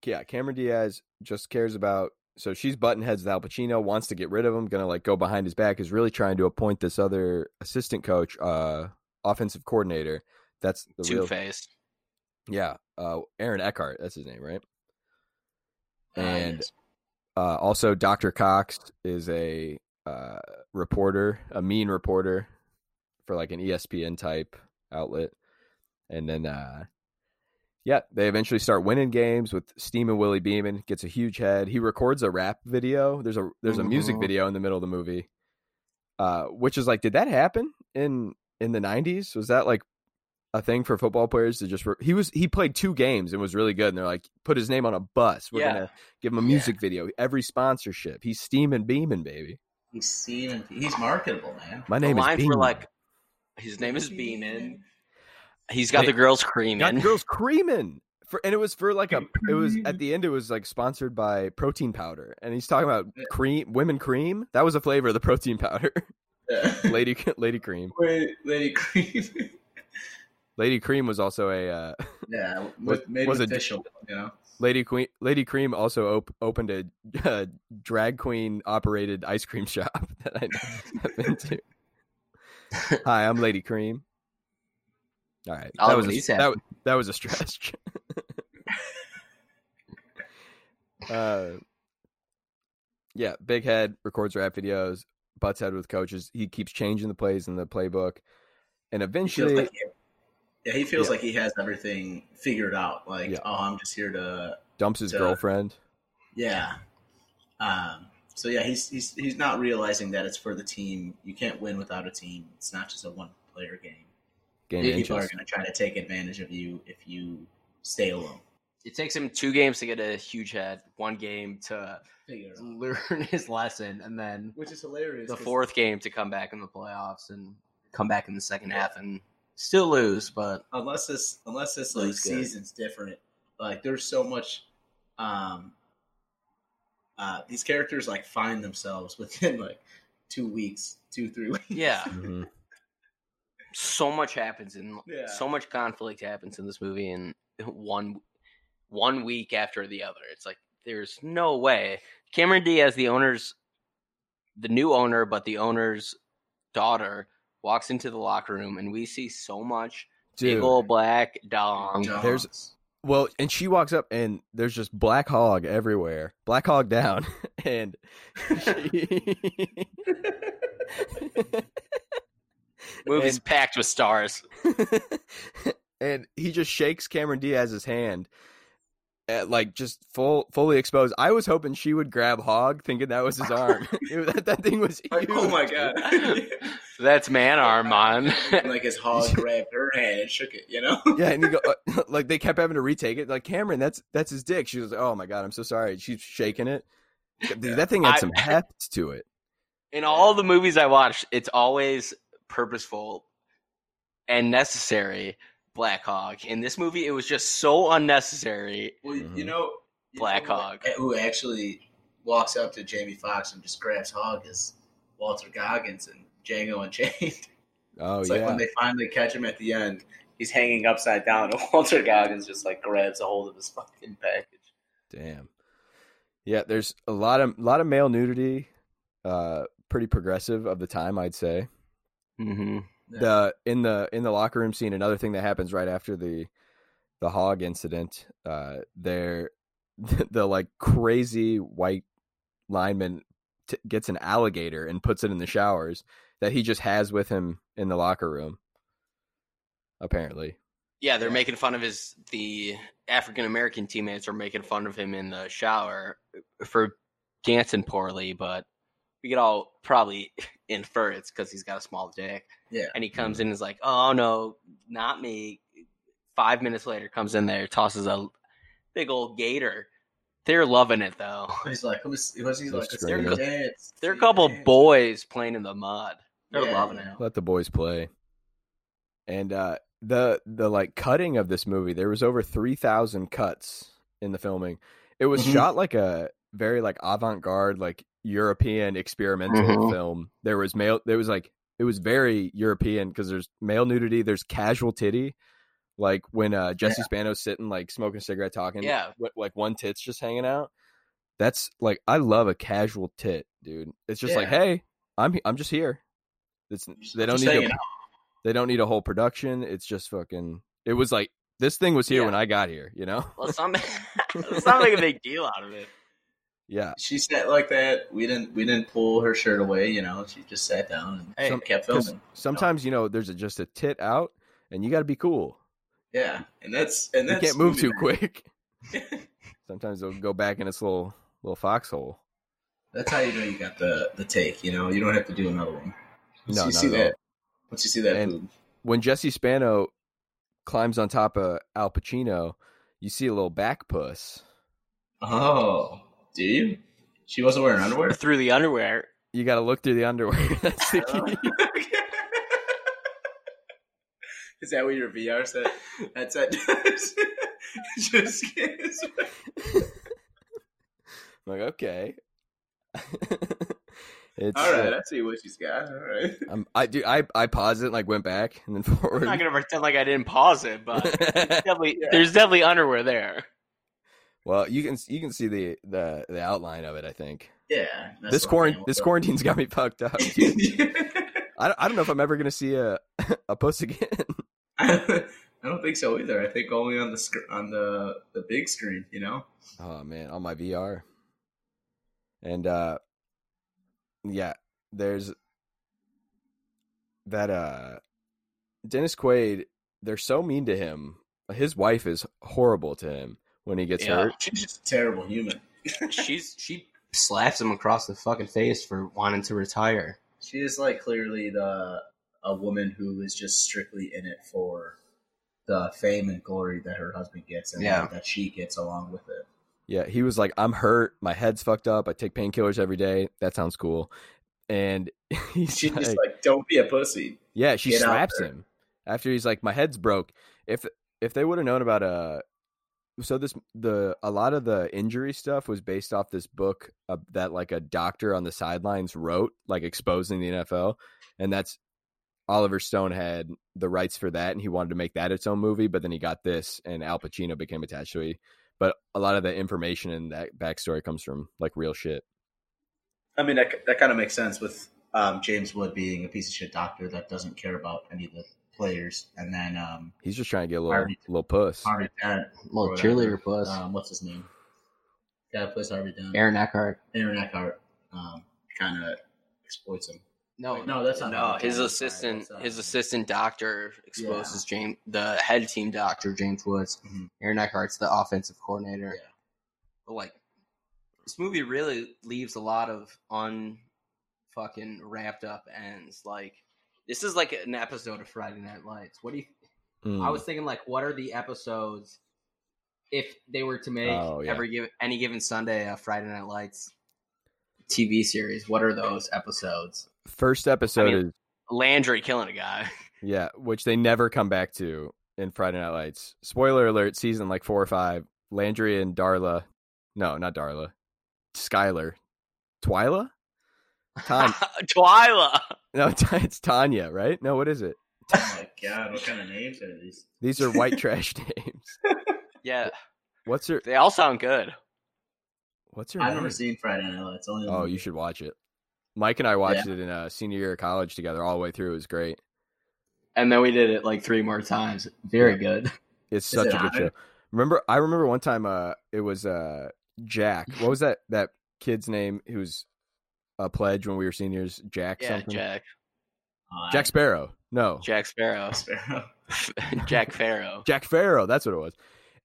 [SPEAKER 1] yeah, Cameron Diaz just cares about. So she's button heads with Al Pacino, wants to get rid of him, gonna like go behind his back, is really trying to appoint this other assistant coach, uh, offensive coordinator. That's the
[SPEAKER 2] Two
[SPEAKER 1] real,
[SPEAKER 2] faced.
[SPEAKER 1] yeah, uh, Aaron Eckhart. That's his name, right?
[SPEAKER 3] Ah,
[SPEAKER 1] And
[SPEAKER 3] yes.
[SPEAKER 1] uh, also, Dr. Cox is a uh, reporter, a mean reporter for like an E ESPN type outlet. And then, uh, yeah, they eventually start winning games with Steam and Willie Beeman gets a huge head. He records a rap video. There's a there's a music
[SPEAKER 2] Mhm.
[SPEAKER 1] video in the middle of the movie, uh, which is like, did that happen in in the '90s? Was that like a thing for football players to just re- he was he played two games and was really good and they're like put his name on a bus we're
[SPEAKER 3] Yeah.
[SPEAKER 1] gonna give him a music video every sponsorship he's steaming beaming baby
[SPEAKER 3] He's seen and he's marketable, man.
[SPEAKER 1] my
[SPEAKER 5] The
[SPEAKER 1] name is
[SPEAKER 5] lines
[SPEAKER 1] Beeman.
[SPEAKER 5] were like, his name is Beanin. He's got the
[SPEAKER 1] Wait.
[SPEAKER 5] girls
[SPEAKER 1] got the
[SPEAKER 5] screaming.
[SPEAKER 1] girls creaming for and it was
[SPEAKER 5] [laughs]
[SPEAKER 1] for like a it was at the end it was like sponsored by protein powder and he's talking about
[SPEAKER 3] Yeah.
[SPEAKER 1] cream women cream that was a flavor of the protein powder [laughs]
[SPEAKER 3] Yeah.
[SPEAKER 1] lady lady cream
[SPEAKER 3] [laughs] Wait, Lady Cream.
[SPEAKER 1] lady cream was also a uh,
[SPEAKER 3] yeah,
[SPEAKER 1] Was-
[SPEAKER 3] with, made
[SPEAKER 1] was
[SPEAKER 3] was
[SPEAKER 1] it-
[SPEAKER 3] official, you know.
[SPEAKER 1] Lady Queen, Lady Cream also op- opened a [laughs] uh, drag queen operated ice cream [laughs] shop that I have been
[SPEAKER 3] [laughs]
[SPEAKER 1] to. Hi, I'm Lady Cream. All right,
[SPEAKER 3] Oh,
[SPEAKER 2] All
[SPEAKER 1] that was
[SPEAKER 2] these
[SPEAKER 1] a,
[SPEAKER 2] have-
[SPEAKER 1] that, wa- that was a stretch. [laughs] uh, yeah, Big Head records rap videos, butts head with coaches. He keeps changing the plays in the playbook, and
[SPEAKER 3] He feels
[SPEAKER 1] eventually,
[SPEAKER 3] like he, yeah, he feels
[SPEAKER 1] Yeah.
[SPEAKER 3] like he has everything figured out. Like,
[SPEAKER 1] Yeah.
[SPEAKER 3] oh, I'm just here to
[SPEAKER 1] dumps his
[SPEAKER 3] uh,
[SPEAKER 1] girlfriend.
[SPEAKER 3] Yeah. Um, so yeah, he's he's he's not realizing that it's for the team. You can't win without a team. It's not just a one player game.
[SPEAKER 1] Game
[SPEAKER 3] People are
[SPEAKER 1] inches.
[SPEAKER 3] going to try to take advantage of you if you stay alone.
[SPEAKER 2] It takes him two games to get a huge head, one game to [laughs]
[SPEAKER 3] Figure it out.
[SPEAKER 2] learn his lesson, and then
[SPEAKER 3] Which is hilarious.
[SPEAKER 2] the
[SPEAKER 3] 'cause
[SPEAKER 2] fourth game to come back in the playoffs and come back in the second half and still lose, but
[SPEAKER 3] unless this unless this
[SPEAKER 2] Really
[SPEAKER 3] like
[SPEAKER 2] good.
[SPEAKER 3] season's different. Like there's so much um uh these characters like find themselves within like two weeks, two, three weeks.
[SPEAKER 2] yeah,
[SPEAKER 1] Mhm.
[SPEAKER 2] so much happens and
[SPEAKER 3] [laughs] Yeah.
[SPEAKER 2] so much conflict happens in this movie in one one week after the other. It's like there's no way Cameron Diaz, the owner's the new owner, but the owner's daughter walks into the locker room and we see so much big
[SPEAKER 1] Dude.
[SPEAKER 2] old black dong.
[SPEAKER 1] There's- Well, and she walks up, and there's just black hog everywhere, black hog down, [laughs] and she- [laughs]
[SPEAKER 2] Movie's packed with stars.
[SPEAKER 1] and he just shakes Cameron Diaz's hand, at, like just full, fully exposed. I was hoping she would grab hog, thinking that was his arm. [laughs] It- that, that thing was
[SPEAKER 3] [laughs] Like, oh
[SPEAKER 1] huge.
[SPEAKER 2] [laughs]
[SPEAKER 3] my god.
[SPEAKER 2] That's man arm on.
[SPEAKER 3] like his hog grabbed her hand and shook it, you know? [laughs]
[SPEAKER 1] Yeah, and you go [laughs] uh, like they kept having to retake it. Like Cameron, that's that's his dick. She was like, "Oh my god, I'm so sorry." She's shaking it. Dude, that thing had
[SPEAKER 2] I-
[SPEAKER 3] [laughs]
[SPEAKER 1] some heft to it.
[SPEAKER 2] In all the movies I watch, it's always purposeful and necessary. Black Hawk. In this movie, it was just so unnecessary.
[SPEAKER 3] Well, you
[SPEAKER 1] Mhm.
[SPEAKER 3] know you
[SPEAKER 2] Black
[SPEAKER 3] know
[SPEAKER 2] Hog.
[SPEAKER 3] Who actually walks up to Jamie Foxx and just grabs hog is Walter Goggins and Django Unchained.
[SPEAKER 1] Oh
[SPEAKER 3] It's
[SPEAKER 1] yeah,
[SPEAKER 3] like when they finally catch him at the end, he's hanging upside down, and [laughs] Walter Goggins just like grabs a hold of his fucking package.
[SPEAKER 1] Damn. Yeah, there's a lot of lot of male nudity. Uh, pretty progressive of the time, I'd say.
[SPEAKER 2] Mm-hmm.
[SPEAKER 3] Yeah.
[SPEAKER 1] The in the in the locker room scene, another thing that happens right after the the hog incident, uh, there [laughs] the, like crazy white lineman t- gets an alligator and puts it in the showers that he just has with him in the locker room. Apparently,
[SPEAKER 2] Yeah, they're making fun of his. The African American teammates are making fun of him in the shower uh, for dancing poorly, but we could all probably [laughs] infer it's because he's got a small dick.
[SPEAKER 3] Yeah. Mm-hmm.
[SPEAKER 2] and he comes in and is like, "Oh no, not me." Five minutes later, comes in there, tosses a big old gator. They're loving it
[SPEAKER 3] [laughs]
[SPEAKER 2] though.
[SPEAKER 3] He's like, who's, who's he
[SPEAKER 1] They're
[SPEAKER 3] like?
[SPEAKER 1] screaming.
[SPEAKER 3] They're, dance.
[SPEAKER 2] They're a
[SPEAKER 3] See
[SPEAKER 2] couple
[SPEAKER 3] dance."
[SPEAKER 2] boys playing in the mud. They're
[SPEAKER 3] Yeah,
[SPEAKER 2] loving
[SPEAKER 3] you
[SPEAKER 2] it.
[SPEAKER 3] know.
[SPEAKER 1] let the boys play. And uh, the the like cutting of this movie, there was over three thousand cuts in the filming. It was
[SPEAKER 3] Mhm.
[SPEAKER 1] shot like a very like avant garde, like European experimental
[SPEAKER 2] Mhm.
[SPEAKER 1] film. There was male. There was like it was very European because there's male nudity. There's casual titty, like when uh, Jesse Spano's sitting like smoking a cigarette talking.
[SPEAKER 2] Yeah.
[SPEAKER 1] with, like one tit's just hanging out. That's like I love a casual tit, dude. It's just like,
[SPEAKER 3] Yeah.
[SPEAKER 1] hey, I'm I'm just here. It's they don't
[SPEAKER 3] Just
[SPEAKER 1] need to
[SPEAKER 3] hanging out.
[SPEAKER 1] they don't need a whole production. It's just fucking. It was like this thing was here
[SPEAKER 2] Yeah.
[SPEAKER 1] when I got here. You know? [laughs]
[SPEAKER 2] Let's [laughs]
[SPEAKER 3] [laughs]
[SPEAKER 2] not, make, let's not make a big deal out of it.
[SPEAKER 1] Yeah.
[SPEAKER 3] She sat like that. We didn't. We didn't pull her shirt away. You know, she just sat down and
[SPEAKER 2] Hey,
[SPEAKER 1] Some-
[SPEAKER 3] kept
[SPEAKER 1] 'cause
[SPEAKER 3] filming.
[SPEAKER 1] sometimes you know there's a, just a tit out, and you got to be cool.
[SPEAKER 3] Yeah, and that's and
[SPEAKER 1] You
[SPEAKER 3] that's
[SPEAKER 1] can't move too
[SPEAKER 3] movie
[SPEAKER 1] quick. [laughs]
[SPEAKER 3] magic.
[SPEAKER 1] Sometimes they'll go back in its little little foxhole.
[SPEAKER 3] [laughs] that's how you know you got the the take. You know, you don't have to do another one. Once
[SPEAKER 1] No,
[SPEAKER 3] you
[SPEAKER 1] not
[SPEAKER 3] see
[SPEAKER 1] at all.
[SPEAKER 3] that. Once you see that
[SPEAKER 1] And-
[SPEAKER 3] boob.
[SPEAKER 1] When Jesse Spano climbs on top of Al Pacino, you see a little back puss.
[SPEAKER 3] Oh, do you? She wasn't wearing underwear.
[SPEAKER 2] Through the underwear.
[SPEAKER 1] You got to look through the underwear. [laughs] That's the key.
[SPEAKER 3] [laughs] Is that what your VR set headset does? [laughs] Just kids.
[SPEAKER 1] [laughs] I'm like, okay. [laughs] it's
[SPEAKER 3] All right,
[SPEAKER 1] uh,
[SPEAKER 3] I see what she's got. All right.
[SPEAKER 1] I'm, I do. I I paused it, and, like went back and then [laughs] forward.
[SPEAKER 2] I'm not gonna pretend like I didn't pause it,
[SPEAKER 3] [laughs]
[SPEAKER 2] but definitely, there's definitely underwear there.
[SPEAKER 1] [laughs] well, you can you can see the the the outline of it. I think
[SPEAKER 3] Yeah. that's
[SPEAKER 1] this
[SPEAKER 3] what
[SPEAKER 1] quarant
[SPEAKER 3] I'm
[SPEAKER 1] this
[SPEAKER 3] [laughs] saying.
[SPEAKER 1] quarantine's got me [laughs] fucked up.
[SPEAKER 3] [laughs]
[SPEAKER 1] I don't, I don't know if I'm ever gonna see a [laughs] a puss again.
[SPEAKER 3] I don't think so either. I think only on the sc- on the the big screen. You know.
[SPEAKER 1] Oh man, on my VR. And uh yeah, there's that uh Dennis Quaid, they're so mean to him. His wife is horrible to him when he gets
[SPEAKER 2] Yeah.
[SPEAKER 1] hurt.
[SPEAKER 3] She's just a terrible human.
[SPEAKER 2] She's
[SPEAKER 4] She slaps him across the fucking face for wanting to retire.
[SPEAKER 3] She is like clearly the a woman who is just strictly in it for the fame and glory that her husband gets and
[SPEAKER 4] Yeah.
[SPEAKER 3] that she gets along with it.
[SPEAKER 1] Yeah, he was like, I'm hurt, my head's fucked up, I take painkillers every day. That sounds cool. And [laughs] he's
[SPEAKER 3] She's
[SPEAKER 1] like,
[SPEAKER 3] just like, don't be a pussy.
[SPEAKER 1] Yeah, she
[SPEAKER 3] Get out
[SPEAKER 1] slaps
[SPEAKER 3] there.
[SPEAKER 1] him after he's like, "My head's broke." If if they would have known about uh, so this the a lot of the injury stuff was based off this book uh, that like a doctor on the sidelines wrote, like exposing the NFL, and that's Oliver Stone had the rights for that, and he wanted to make that its own movie, but then he got this, and Al Pacino became attached to it. But a lot of the information in that backstory comes from like real shit.
[SPEAKER 3] I mean, that, that kind of makes sense with um, James Wood being a piece of shit doctor that doesn't care about any of the players. And then um,
[SPEAKER 1] He's just trying to get a little
[SPEAKER 3] Harvey-
[SPEAKER 1] little puss.
[SPEAKER 3] Harvey Dent. or
[SPEAKER 4] Little
[SPEAKER 3] whatever.
[SPEAKER 4] cheerleader puss.
[SPEAKER 3] Um, what's his name? Guy who plays Harvey Dent.
[SPEAKER 4] Aaron Eckhart.
[SPEAKER 3] Aaron Eckhart um, kind of exploits him.
[SPEAKER 4] No,
[SPEAKER 3] Wait, no, that's not
[SPEAKER 2] no.
[SPEAKER 3] Harvey
[SPEAKER 2] His
[SPEAKER 3] Dent.
[SPEAKER 2] assistant,
[SPEAKER 3] Sorry, that's, uh,
[SPEAKER 2] his assistant doctor exposes James, the head team doctor.
[SPEAKER 4] Dr. James Woods.
[SPEAKER 1] Mm-hmm.
[SPEAKER 3] [laughs] Mhm.
[SPEAKER 4] Aaron Eckhart's the offensive coordinator.
[SPEAKER 3] Yeah.
[SPEAKER 4] But like this movie really leaves a lot of un fucking wrapped up ends. Like this is like an episode of Friday Night Lights. What do you
[SPEAKER 1] Mm.
[SPEAKER 4] I was thinking like what are the episodes if they were to make
[SPEAKER 1] Oh, yeah.
[SPEAKER 4] every given any given Sunday a Friday Night Lights TV series, what are those episodes?
[SPEAKER 1] First episode
[SPEAKER 2] mean,
[SPEAKER 1] is
[SPEAKER 2] Landry killing a guy.
[SPEAKER 1] Yeah, which they never come back to in Friday Night Lights. Spoiler alert, season like four or five. Landry and Darla. No, not Darla. Skylar. Twyla? Tom.
[SPEAKER 2] [laughs] Twyla.
[SPEAKER 1] no, [laughs] it's Tanya, right? No, what is it?
[SPEAKER 3] Oh my god, what kind of names are these?
[SPEAKER 1] These are white trash [laughs] names.
[SPEAKER 2] Yeah,
[SPEAKER 1] What's her
[SPEAKER 2] they all sound good.
[SPEAKER 1] what's her
[SPEAKER 3] I've
[SPEAKER 1] name?
[SPEAKER 3] never seen Friday Night Lights. Only
[SPEAKER 1] Hmm. Oh, you should watch it. Mike and I watched it in uh, senior year of college together all the way through. It was great.
[SPEAKER 4] And then we did it like three more times. Very good.
[SPEAKER 1] It's
[SPEAKER 3] Is
[SPEAKER 1] such
[SPEAKER 3] it
[SPEAKER 1] a good
[SPEAKER 3] on
[SPEAKER 1] show.
[SPEAKER 3] it?
[SPEAKER 1] Remember, I remember one time. Uh, it was uh Jack. What
[SPEAKER 3] [laughs]
[SPEAKER 1] was that that kid's name who's a pledge when we were seniors? Jack
[SPEAKER 2] Yeah,
[SPEAKER 1] something.
[SPEAKER 2] Jack,
[SPEAKER 3] Uh,
[SPEAKER 1] Jack Sparrow. No, Jack.
[SPEAKER 2] Jack Sparrow, [laughs]
[SPEAKER 3] Sparrow.
[SPEAKER 2] Jack Farrow.
[SPEAKER 1] Farrow. That's what it was.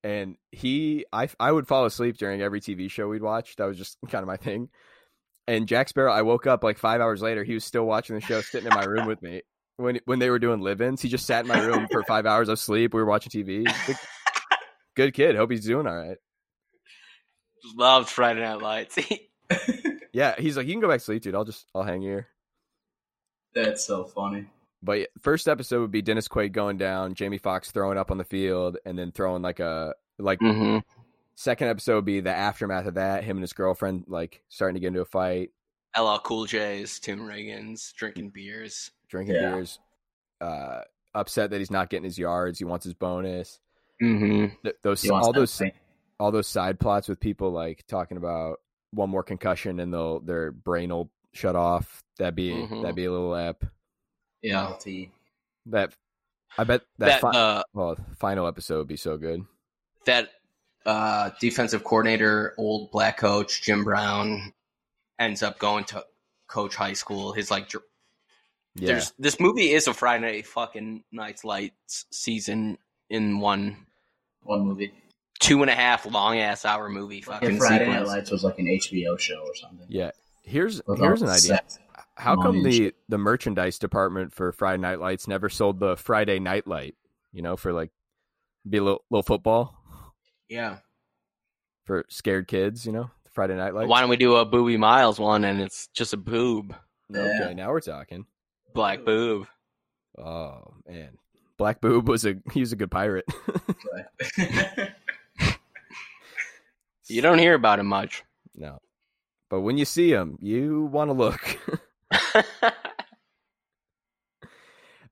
[SPEAKER 1] And he, I, I would fall asleep during every TV show we'd watch. That was just [laughs] kind of my thing. And Jack Sparrow, I woke up like five hours later. He was still watching the show, sitting in my room with me. When when they were doing live-ins, he just sat in my room for five hours of sleep. We were watching TV.
[SPEAKER 3] [laughs]
[SPEAKER 1] Good, good kid. Hope he's doing all right.
[SPEAKER 2] Loved Friday Night Lights. [laughs]
[SPEAKER 1] Yeah, he's like, you can go back to sleep, dude. I'll just, I'll hang here.
[SPEAKER 3] [laughs] That's so funny.
[SPEAKER 1] But yeah, first episode would be Dennis Quaid going down, Jamie Foxx throwing up on the field, and then throwing like a like.
[SPEAKER 3] Mm.
[SPEAKER 2] mm-hmm.
[SPEAKER 1] Second episode would be the aftermath of that. Him and his girlfriend like starting to get into a fight,
[SPEAKER 2] LL Cool J's, Tim Riggins, drinking beers.
[SPEAKER 1] drinking
[SPEAKER 3] Yeah.
[SPEAKER 1] beers, uh, upset that he's not getting his yards. He wants his bonus.
[SPEAKER 2] Mm-hmm.
[SPEAKER 1] Th- those
[SPEAKER 3] He wants
[SPEAKER 1] all
[SPEAKER 3] that
[SPEAKER 1] those
[SPEAKER 3] thing.
[SPEAKER 1] all those side plots with people like talking about one more concussion and they'll their brain will shut off. That'd be
[SPEAKER 3] Mm-hmm.
[SPEAKER 2] Mhm.
[SPEAKER 1] that'd be a little ep.
[SPEAKER 4] Yeah.
[SPEAKER 3] LT.
[SPEAKER 1] That I bet that,
[SPEAKER 2] That
[SPEAKER 1] fi-
[SPEAKER 2] uh,
[SPEAKER 1] oh, final episode would be so good.
[SPEAKER 2] that
[SPEAKER 4] uh, defensive coordinator, old black coach Jim Brown, ends up going to coach high school. His like, dr-
[SPEAKER 1] Yeah.
[SPEAKER 2] there's this movie is a Friday Night fucking Nights Lights season in one
[SPEAKER 3] One movie.
[SPEAKER 2] two and a half long ass hour movie fucking
[SPEAKER 3] If Friday Night
[SPEAKER 2] sequence.
[SPEAKER 3] Lights was like an HBO show or something.
[SPEAKER 1] Yeah. Here's
[SPEAKER 3] With
[SPEAKER 1] here's
[SPEAKER 3] all
[SPEAKER 1] an
[SPEAKER 3] the
[SPEAKER 1] idea.
[SPEAKER 3] sex.
[SPEAKER 1] How
[SPEAKER 3] money
[SPEAKER 1] come
[SPEAKER 3] and
[SPEAKER 1] the the merchandise department for Friday Night Lights never sold the Friday Night Light? You know, for like Be a little, little football
[SPEAKER 4] Yeah.
[SPEAKER 1] for scared kids, you know, Friday night lights.
[SPEAKER 2] Why don't we do a Booby Miles one and it's just a boob,
[SPEAKER 1] Okay, now we're talking.
[SPEAKER 2] black boob.
[SPEAKER 1] Oh man, Black Boob was a [laughs] he was a good pirate. [laughs]
[SPEAKER 2] You don't hear about him much. [laughs]
[SPEAKER 1] no, but when you see him, you want to look.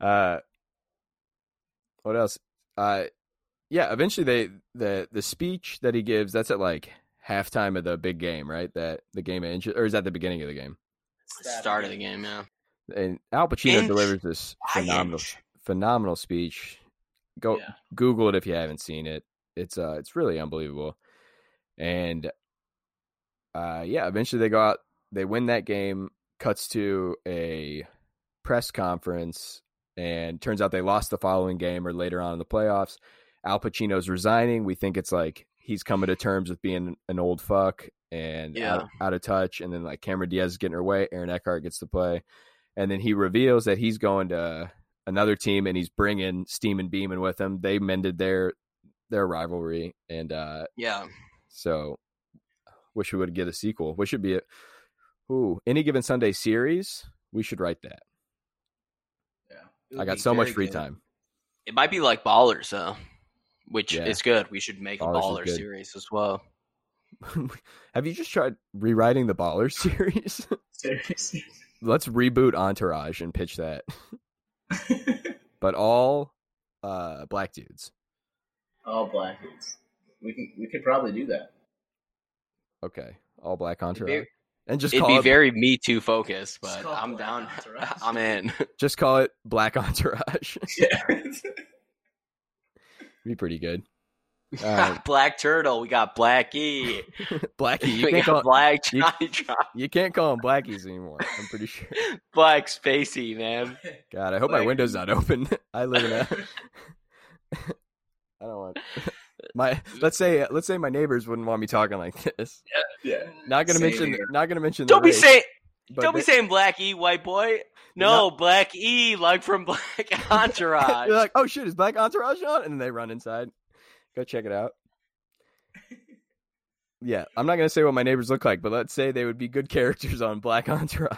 [SPEAKER 1] uh, what else? Uh, yeah. Eventually, they the the speech that he gives that's at like halftime of the big game, right? That the game of inches, or is that the beginning of the game?
[SPEAKER 2] Start of the game, yeah.
[SPEAKER 1] And Al Pacino
[SPEAKER 2] Inch
[SPEAKER 1] delivers this
[SPEAKER 2] by
[SPEAKER 1] phenomenal
[SPEAKER 2] inch.
[SPEAKER 1] phenomenal speech. Go
[SPEAKER 3] Yeah.
[SPEAKER 1] Google it if you haven't seen it. It's uh it's really unbelievable. And uh yeah, eventually they go out, they win that game, cuts to a press conference, and turns out they lost the following game or later on in the playoffs. Al Pacino's resigning. We think it's like he's coming to terms with being an old fuck and
[SPEAKER 2] Yeah.
[SPEAKER 1] out, out of touch. And then like Cameron Diaz is getting her way. Aaron Eckhart gets to play. And then he reveals that he's going to another team and he's bringing Steam and Beeman with him. They mended their their rivalry. And uh,
[SPEAKER 2] Yeah.
[SPEAKER 1] so wish we would get a sequel. We should be a, ooh, any given Sunday series. We should write that. I got so much free time. [laughs]
[SPEAKER 2] It might be like Ballers, though, which
[SPEAKER 1] Yeah.
[SPEAKER 2] is good. We should make
[SPEAKER 1] Ballers
[SPEAKER 2] a
[SPEAKER 1] is
[SPEAKER 2] Baller
[SPEAKER 1] good.
[SPEAKER 2] series as well.
[SPEAKER 1] Have you just tried rewriting the Baller [laughs] series?
[SPEAKER 3] Seriously.
[SPEAKER 1] Let's reboot Entourage and pitch that. But all uh, black dudes.
[SPEAKER 3] [laughs] All black dudes. We can we could probably do that.
[SPEAKER 1] Okay, all black entourage,
[SPEAKER 2] It'd be,
[SPEAKER 1] and just
[SPEAKER 2] it'd
[SPEAKER 1] call
[SPEAKER 2] be
[SPEAKER 1] it
[SPEAKER 2] very Me Too focused,
[SPEAKER 3] Just
[SPEAKER 2] but
[SPEAKER 3] call
[SPEAKER 2] I'm
[SPEAKER 3] Black
[SPEAKER 2] down.
[SPEAKER 3] Entourage.
[SPEAKER 1] [laughs]
[SPEAKER 2] [laughs] I'm in.
[SPEAKER 1] just call it black [laughs] entourage.
[SPEAKER 3] Yeah.
[SPEAKER 1] be pretty good.
[SPEAKER 2] [laughs]
[SPEAKER 1] Uh,
[SPEAKER 2] Black Turtle. We got Blackie.
[SPEAKER 1] Blackie, [laughs] you
[SPEAKER 2] we
[SPEAKER 1] can't
[SPEAKER 2] got
[SPEAKER 1] call
[SPEAKER 2] Black
[SPEAKER 1] you-
[SPEAKER 2] Johnny Drop.
[SPEAKER 1] you can't call them blackies anymore. I'm pretty
[SPEAKER 2] [laughs]
[SPEAKER 1] sure.
[SPEAKER 2] Black Spacey, man.
[SPEAKER 1] [laughs] God, I hope my
[SPEAKER 3] Black-
[SPEAKER 1] window's not open. [laughs] I live in a. I don't want my. Let's say let's say my neighbors wouldn't want me talking like this.
[SPEAKER 3] [laughs] yeah.
[SPEAKER 1] Not gonna
[SPEAKER 3] Same
[SPEAKER 1] mention.
[SPEAKER 3] here.
[SPEAKER 1] Not gonna mention.
[SPEAKER 2] [laughs] Don't
[SPEAKER 1] the
[SPEAKER 2] be
[SPEAKER 1] race,
[SPEAKER 2] saying
[SPEAKER 1] but
[SPEAKER 2] don't be
[SPEAKER 1] they-
[SPEAKER 2] saying Black E, white boy. No, Black E, like from Black [laughs] Entourage.
[SPEAKER 1] They're like, oh shit, is Black Entourage on? And then they run inside. Go check it out. Yeah, I'm not gonna say what my neighbors look like, but let's say they would be good [laughs] characters on Black Entourage.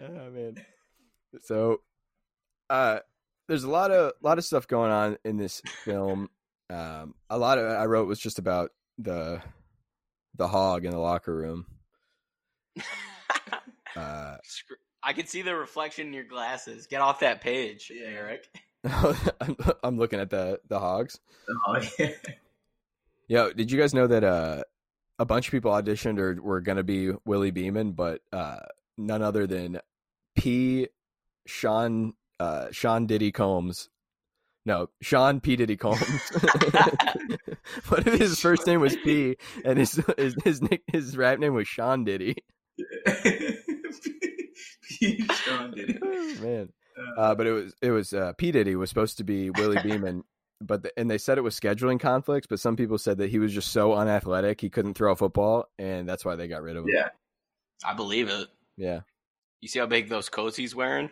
[SPEAKER 3] Yeah.
[SPEAKER 1] oh man. So, uh, there's a lot of lot of stuff going on in this film. Um, a lot of it I wrote was just about the the hog in the locker room. Uh, [laughs]
[SPEAKER 2] Scr- I can see the reflection in your glasses. Get off that page,
[SPEAKER 3] Yeah.
[SPEAKER 2] Eric.
[SPEAKER 1] I'm, I'm looking at the the hogs.
[SPEAKER 3] Oh, yeah. [laughs]
[SPEAKER 1] Yo, did you guys know that uh, a bunch of people auditioned or were gonna be Willie Beeman, but uh, none other than P. Sean uh, Sean Diddy Combs. No, Sean P. Diddy Combs. [laughs] what if his first name was P and his his his, nick, his rap name was Sean Diddy?
[SPEAKER 3] Sean did it.
[SPEAKER 1] Oh,
[SPEAKER 3] [laughs]
[SPEAKER 1] man. Uh, but it was it was uh, P Diddy was supposed to be Willie Beeman, but the, and they said it was scheduling conflicts. But some people said that he was just so unathletic he couldn't throw a football, and that's why they got rid of him.
[SPEAKER 3] Yeah.
[SPEAKER 2] I believe it.
[SPEAKER 1] Yeah.
[SPEAKER 2] You see how big those coats he's wearing?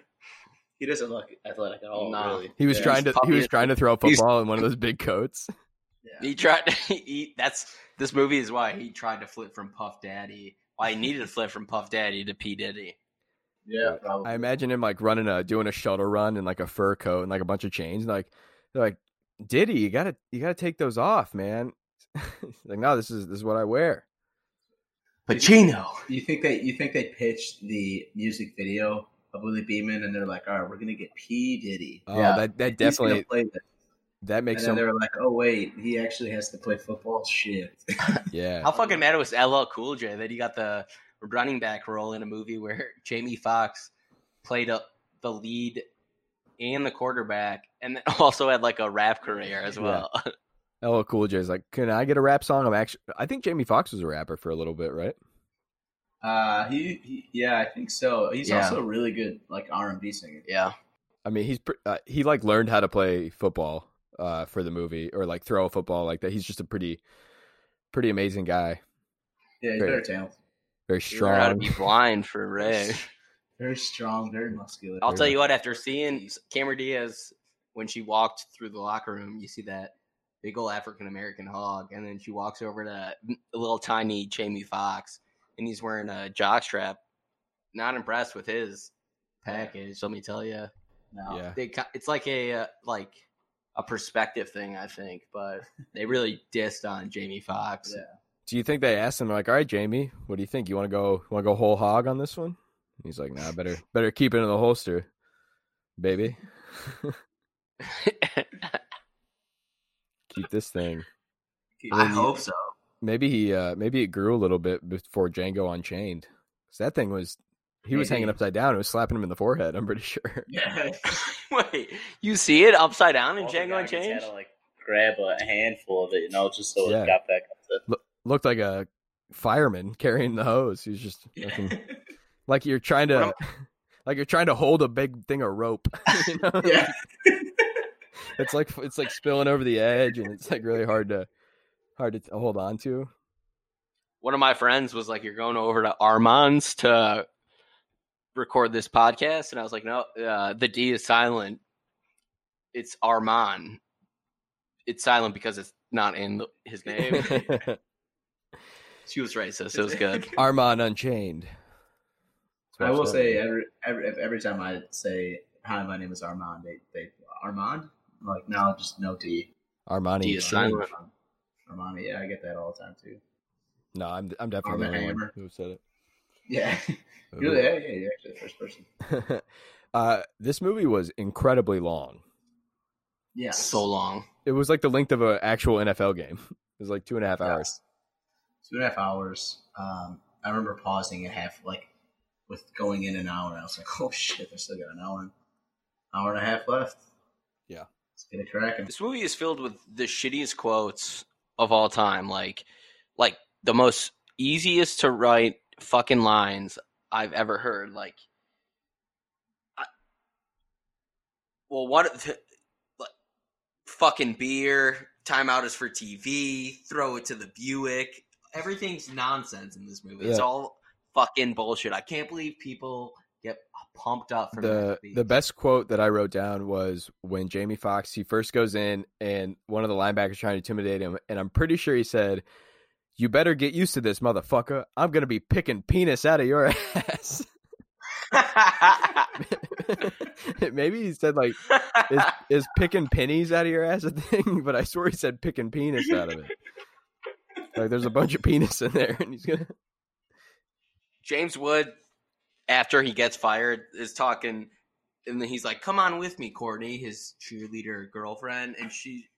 [SPEAKER 3] He doesn't look athletic at all.
[SPEAKER 2] Nah.
[SPEAKER 3] Really.
[SPEAKER 1] He was
[SPEAKER 3] Yeah.
[SPEAKER 1] trying to he was
[SPEAKER 2] puppy-
[SPEAKER 1] trying to throw a
[SPEAKER 2] he's-
[SPEAKER 1] football in one of those big
[SPEAKER 3] [laughs]
[SPEAKER 1] coats.
[SPEAKER 3] Yeah.
[SPEAKER 2] He tried to [laughs] he, that's this movie is why he tried to flip from Puff Daddy. Why he needed to flip from Puff Daddy to P Diddy.
[SPEAKER 3] Yeah. Probably.
[SPEAKER 1] I imagine him like running a doing a shuttle run in like a fur coat and like a bunch of chains. And like they're like, Diddy, you gotta you gotta take those off, man. [laughs] He's like, no, this is this is what I wear.
[SPEAKER 2] Pacino.
[SPEAKER 3] You think they you think they pitched the music video of Willie Beeman and they're like, all right, we're gonna get P Diddy.
[SPEAKER 1] Oh, that that
[SPEAKER 3] He's gonna
[SPEAKER 1] definitely
[SPEAKER 3] play this.
[SPEAKER 1] that
[SPEAKER 3] And
[SPEAKER 1] makes
[SPEAKER 3] then
[SPEAKER 1] some
[SPEAKER 3] they were like, oh wait, he actually has to play football. Shit.
[SPEAKER 1] yeah.
[SPEAKER 2] How fucking mad it was LL Cool J that he got the running back role in a movie where [laughs] Jamie Foxx played a, the lead and the quarterback, and [laughs] then also had like a rap career as well. [laughs]
[SPEAKER 1] LL Cool J's like, can I get a rap song? I'm actually I think Jamie Foxx was a rapper for a little bit, right?
[SPEAKER 3] Uh, he, he yeah, I think so. He's
[SPEAKER 2] Yeah.
[SPEAKER 3] also a really good like R and B singer.
[SPEAKER 2] Yeah,
[SPEAKER 1] I mean, he's pr- uh, he like learned how to play football uh, for the movie or like throw a football like that. He's just a pretty pretty amazing guy,
[SPEAKER 3] Yeah, he's
[SPEAKER 1] Great.
[SPEAKER 3] very talented.
[SPEAKER 1] very
[SPEAKER 2] you learn how to
[SPEAKER 1] strong.
[SPEAKER 2] be blind for Ray.
[SPEAKER 3] Very strong, very muscular.
[SPEAKER 2] I'll tell you what, after seeing Cameron Diaz when she walked through the locker room, you see that big old African American hog, and then she walks over to a little tiny Jamie Fox, and he's wearing a jockstrap. Not impressed with his package, let me tell you.
[SPEAKER 3] No.
[SPEAKER 1] Yeah.
[SPEAKER 2] They, ki- it's like a uh, like a perspective thing, I think, but they really dissed on Jamie Fox.
[SPEAKER 3] Yeah.
[SPEAKER 1] Do you think they asked him like, "All right, Jamie, what do you think? You want to go? Want to go whole hog on this one?" And he's like, "Nah, better better keep it in the holster, baby. [laughs] keep this thing."
[SPEAKER 4] I hope so.
[SPEAKER 1] Maybe he uh maybe it grew a little bit before Django Unchained. Cause that thing was he was hanging
[SPEAKER 3] Maybe.
[SPEAKER 1] upside down. It was slapping him in the forehead. I'm pretty [laughs] sure.
[SPEAKER 3] [laughs] Yeah.
[SPEAKER 2] [laughs] Wait, you see it upside down in
[SPEAKER 3] All the
[SPEAKER 2] Django
[SPEAKER 3] guys had
[SPEAKER 2] Unchained?
[SPEAKER 3] to, like grab a handful of it, you know, just so
[SPEAKER 1] Yeah.
[SPEAKER 3] it got back up to.
[SPEAKER 1] Looked like a fireman carrying the hose. He's just
[SPEAKER 3] [laughs]
[SPEAKER 1] looking, like you're trying to [laughs] like you're trying to hold a big thing of rope. [laughs] you know?
[SPEAKER 3] Yeah.
[SPEAKER 1] it's like it's like spilling over the edge, and it's like really hard to hard to t- hold on to.
[SPEAKER 2] one of my friends was like, "You're going over to Armand's to record this podcast," and I was like, "No, uh, the D is silent. It's Armand. It's silent because it's not in the, his
[SPEAKER 1] [laughs]
[SPEAKER 2] name." she was racist. It was
[SPEAKER 3] [laughs]
[SPEAKER 2] good.
[SPEAKER 1] Armand Unchained. That's what
[SPEAKER 3] I
[SPEAKER 1] I'm
[SPEAKER 3] will say
[SPEAKER 1] saying.
[SPEAKER 3] every, every if- every time I say hi, my name is Armand. They they Armand. I'm like no, just no D.
[SPEAKER 1] Armani.
[SPEAKER 2] D is silent.
[SPEAKER 1] Unchained.
[SPEAKER 3] Armani. Yeah, I get that all the time too.
[SPEAKER 1] No, I'm I'm definitely
[SPEAKER 3] Arm
[SPEAKER 1] the
[SPEAKER 3] and
[SPEAKER 1] only one
[SPEAKER 3] Hammer.
[SPEAKER 1] who said it.
[SPEAKER 3] Yeah. [laughs] You're, yeah, yeah, you're actually the first person.
[SPEAKER 1] [laughs] uh, this movie was incredibly long.
[SPEAKER 3] Yeah.
[SPEAKER 2] so long.
[SPEAKER 1] It was like the length of an actual NFL game. [laughs] It was like two and a half hours.
[SPEAKER 3] Two and a half hours. Um, I remember pausing at half, like with going in an hour. I was like, [laughs] oh shit, I still got an hour, and- hour and a half left.
[SPEAKER 1] Yeah.
[SPEAKER 3] Let's get it cracking.
[SPEAKER 2] This movie is filled with the shittiest quotes of all time. Like, like the most easiest to write fucking lines I've ever heard. Like, I, well, what? th- like, fucking beer. Timeout is for TV. Throw it to the Buick. Everything's nonsense in this movie. It's
[SPEAKER 1] Yeah.
[SPEAKER 2] all fucking bullshit. I can't believe people get pumped up for
[SPEAKER 1] the
[SPEAKER 2] that.
[SPEAKER 1] the best quote that I wrote down was when Jamie Foxx he first goes in and one of the linebackers trying to intimidate him and I'm pretty sure he said you better get used to this motherfucker I'm going to be picking penis out of your [laughs] ass
[SPEAKER 2] [laughs]
[SPEAKER 1] maybe he said like is, is picking pennies out of your ass a thing [laughs] but I swear he said picking penis out of it like there's a bunch of penis in there and he's going to
[SPEAKER 2] James Wood, after he gets fired, is talking, and then he's like, "Come on with me, Courtney," his cheerleader girlfriend, and she,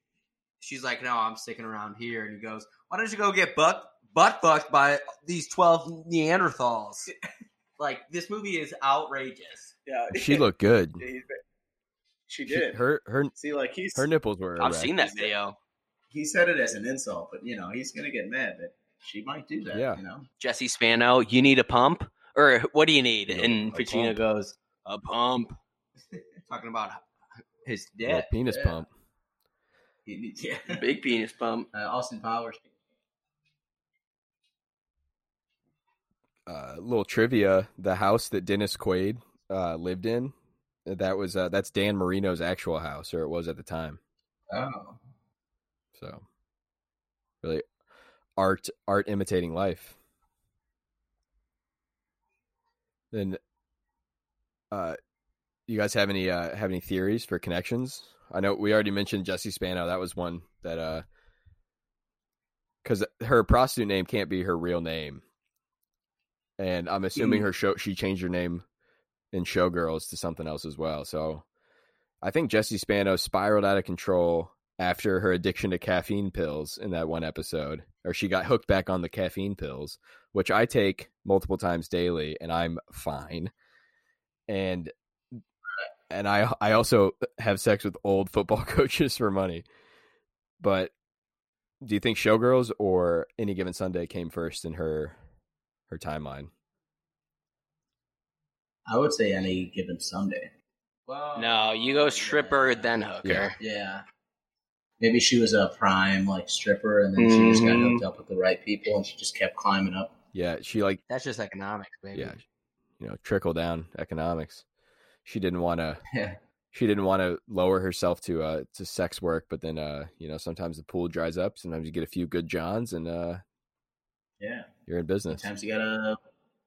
[SPEAKER 2] she's like, "No, I'm sticking around here." And he goes, "Why don't you go get butt butt fucked by these twelve Neanderthals?" [laughs] like this movie is outrageous.
[SPEAKER 3] Yeah.
[SPEAKER 1] [laughs] she looked good
[SPEAKER 3] she
[SPEAKER 1] She- her her
[SPEAKER 3] See, like he's
[SPEAKER 1] her nipples were
[SPEAKER 2] I've
[SPEAKER 1] erect.
[SPEAKER 2] seen that video.
[SPEAKER 3] he said it as an insult, but you know he's gonna get mad that she might do that.
[SPEAKER 1] Yeah.
[SPEAKER 3] You know.
[SPEAKER 2] Jesse Spano, you need a pump, or what do you need?
[SPEAKER 1] You know,
[SPEAKER 2] And
[SPEAKER 1] a
[SPEAKER 2] Pacino
[SPEAKER 1] pump.
[SPEAKER 2] goes, "A pump." [laughs] Talking about his
[SPEAKER 1] Little
[SPEAKER 2] dad,
[SPEAKER 1] penis
[SPEAKER 3] yeah.
[SPEAKER 1] pump
[SPEAKER 3] He [laughs] needs, yeah.
[SPEAKER 2] big penis pump.
[SPEAKER 3] Uh, Austin Powers.
[SPEAKER 1] uh, little trivia: the house that Dennis Quaid uh, lived in, that was uh, that's Dan Marino's actual house, or it was at the time.
[SPEAKER 3] Oh.
[SPEAKER 1] So, really, art art imitating life. Then, uh, you guys have any uh, have any theories for connections? I know we already mentioned Jesse Spano. That was one that uh, because her prostitute name can't be her real name, and I'm assuming her show she changed her name in Showgirls to something else as well. So, I think Jesse Spano spiraled out of control after her addiction to caffeine pills in that one episode, or she got hooked back on the caffeine pills, which I take multiple times daily, and I'm fine. And and I I also have sex with old football [laughs] coaches for money. But do you think Showgirls or Any Given Sunday came first in her her timeline?
[SPEAKER 3] I would say any given Sunday. Well,
[SPEAKER 2] No, you go stripper
[SPEAKER 3] yeah.
[SPEAKER 2] then hooker.
[SPEAKER 1] Yeah.
[SPEAKER 3] Yeah. Maybe she was a prime like stripper, and then she just got
[SPEAKER 1] Mm-hmm.
[SPEAKER 2] Mhm.
[SPEAKER 3] hooked up with the right people, and she just kept climbing up.
[SPEAKER 1] Yeah, she like
[SPEAKER 2] That's just economics, baby.
[SPEAKER 1] yeah you know trickle down economics. She didn't want
[SPEAKER 3] [laughs]
[SPEAKER 1] to
[SPEAKER 4] Yeah.
[SPEAKER 1] she didn't want to lower herself to uh to sex work, but then uh you know sometimes the pool dries up. Sometimes you get a few good johns and uh
[SPEAKER 3] Yeah.
[SPEAKER 1] you're in business.
[SPEAKER 3] Sometimes you gotta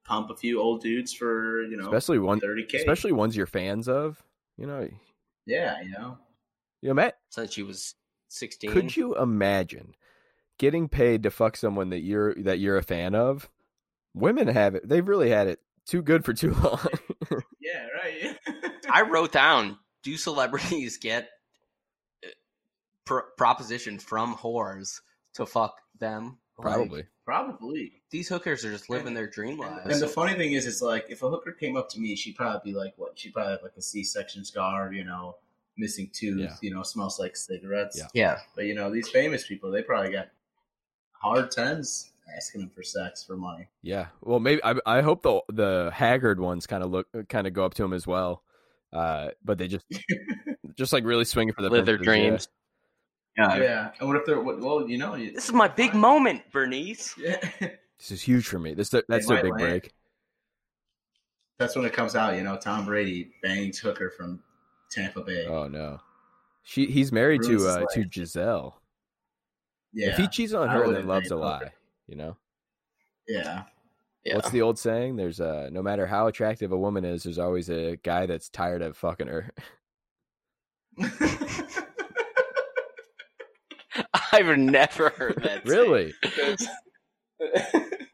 [SPEAKER 3] pump a few old dudes for you know
[SPEAKER 1] Especially one,
[SPEAKER 3] thirty k.
[SPEAKER 1] especially ones you're fans of. You know,
[SPEAKER 3] Yeah, you know.
[SPEAKER 1] you know, Matt.
[SPEAKER 2] since she was 16.
[SPEAKER 1] Could you imagine getting paid to fuck someone that you're that you're a fan of? Women have it. They've really had it too good for too [laughs] long.
[SPEAKER 3] Yeah, right.
[SPEAKER 2] I wrote down do celebrities get uh, pro- proposition from whores to fuck them? Like,
[SPEAKER 1] Probably.
[SPEAKER 3] [laughs] Probably.
[SPEAKER 2] these hookers are just living their dream
[SPEAKER 3] And-
[SPEAKER 2] lives.
[SPEAKER 3] And the funny thing is, it's like if a hooker came up to me, she'd probably be like, "What? She'd probably have like a C-section scar, you know, missing tooth,
[SPEAKER 1] Yeah.
[SPEAKER 3] you know, smells like cigarettes."
[SPEAKER 1] Yeah.
[SPEAKER 2] yeah.
[SPEAKER 3] But you know, these famous people, they probably got hard tens asking them for sex for money.
[SPEAKER 1] Yeah. Well, maybe I I hope the the haggard ones kind of look kind of go up to him as well. Uh, but they just
[SPEAKER 3] [laughs]
[SPEAKER 1] just like really swinging for the
[SPEAKER 2] Live their
[SPEAKER 1] fences, yeah.
[SPEAKER 2] dreams. Yeah.
[SPEAKER 3] yeah. And what if they're? what- Well, you know, you-
[SPEAKER 2] This is my big moment, Bernice.
[SPEAKER 3] Yeah. [laughs]
[SPEAKER 1] This is huge for me. This uh, that's their
[SPEAKER 3] might
[SPEAKER 1] big
[SPEAKER 3] land.
[SPEAKER 1] break.
[SPEAKER 3] That's when it comes out. You know, Tom Brady bangs hooker from Tampa Bay.
[SPEAKER 1] Oh no, she he's married
[SPEAKER 3] Ruins
[SPEAKER 1] to
[SPEAKER 3] his
[SPEAKER 1] uh, to Giselle.
[SPEAKER 3] yeah.
[SPEAKER 1] If he cheats on
[SPEAKER 3] I
[SPEAKER 1] her,
[SPEAKER 3] wouldn't
[SPEAKER 1] then love's a
[SPEAKER 3] blame
[SPEAKER 1] lie.
[SPEAKER 3] her.
[SPEAKER 1] You know. [laughs]
[SPEAKER 3] yeah.
[SPEAKER 2] Yeah.
[SPEAKER 1] What's the old saying? There's uh no matter how attractive a woman is, there's always a guy that's tired of fucking
[SPEAKER 3] [laughs]
[SPEAKER 1] her.
[SPEAKER 2] [laughs] I've never heard
[SPEAKER 1] [laughs]
[SPEAKER 2] that.
[SPEAKER 1] really?
[SPEAKER 2] saying.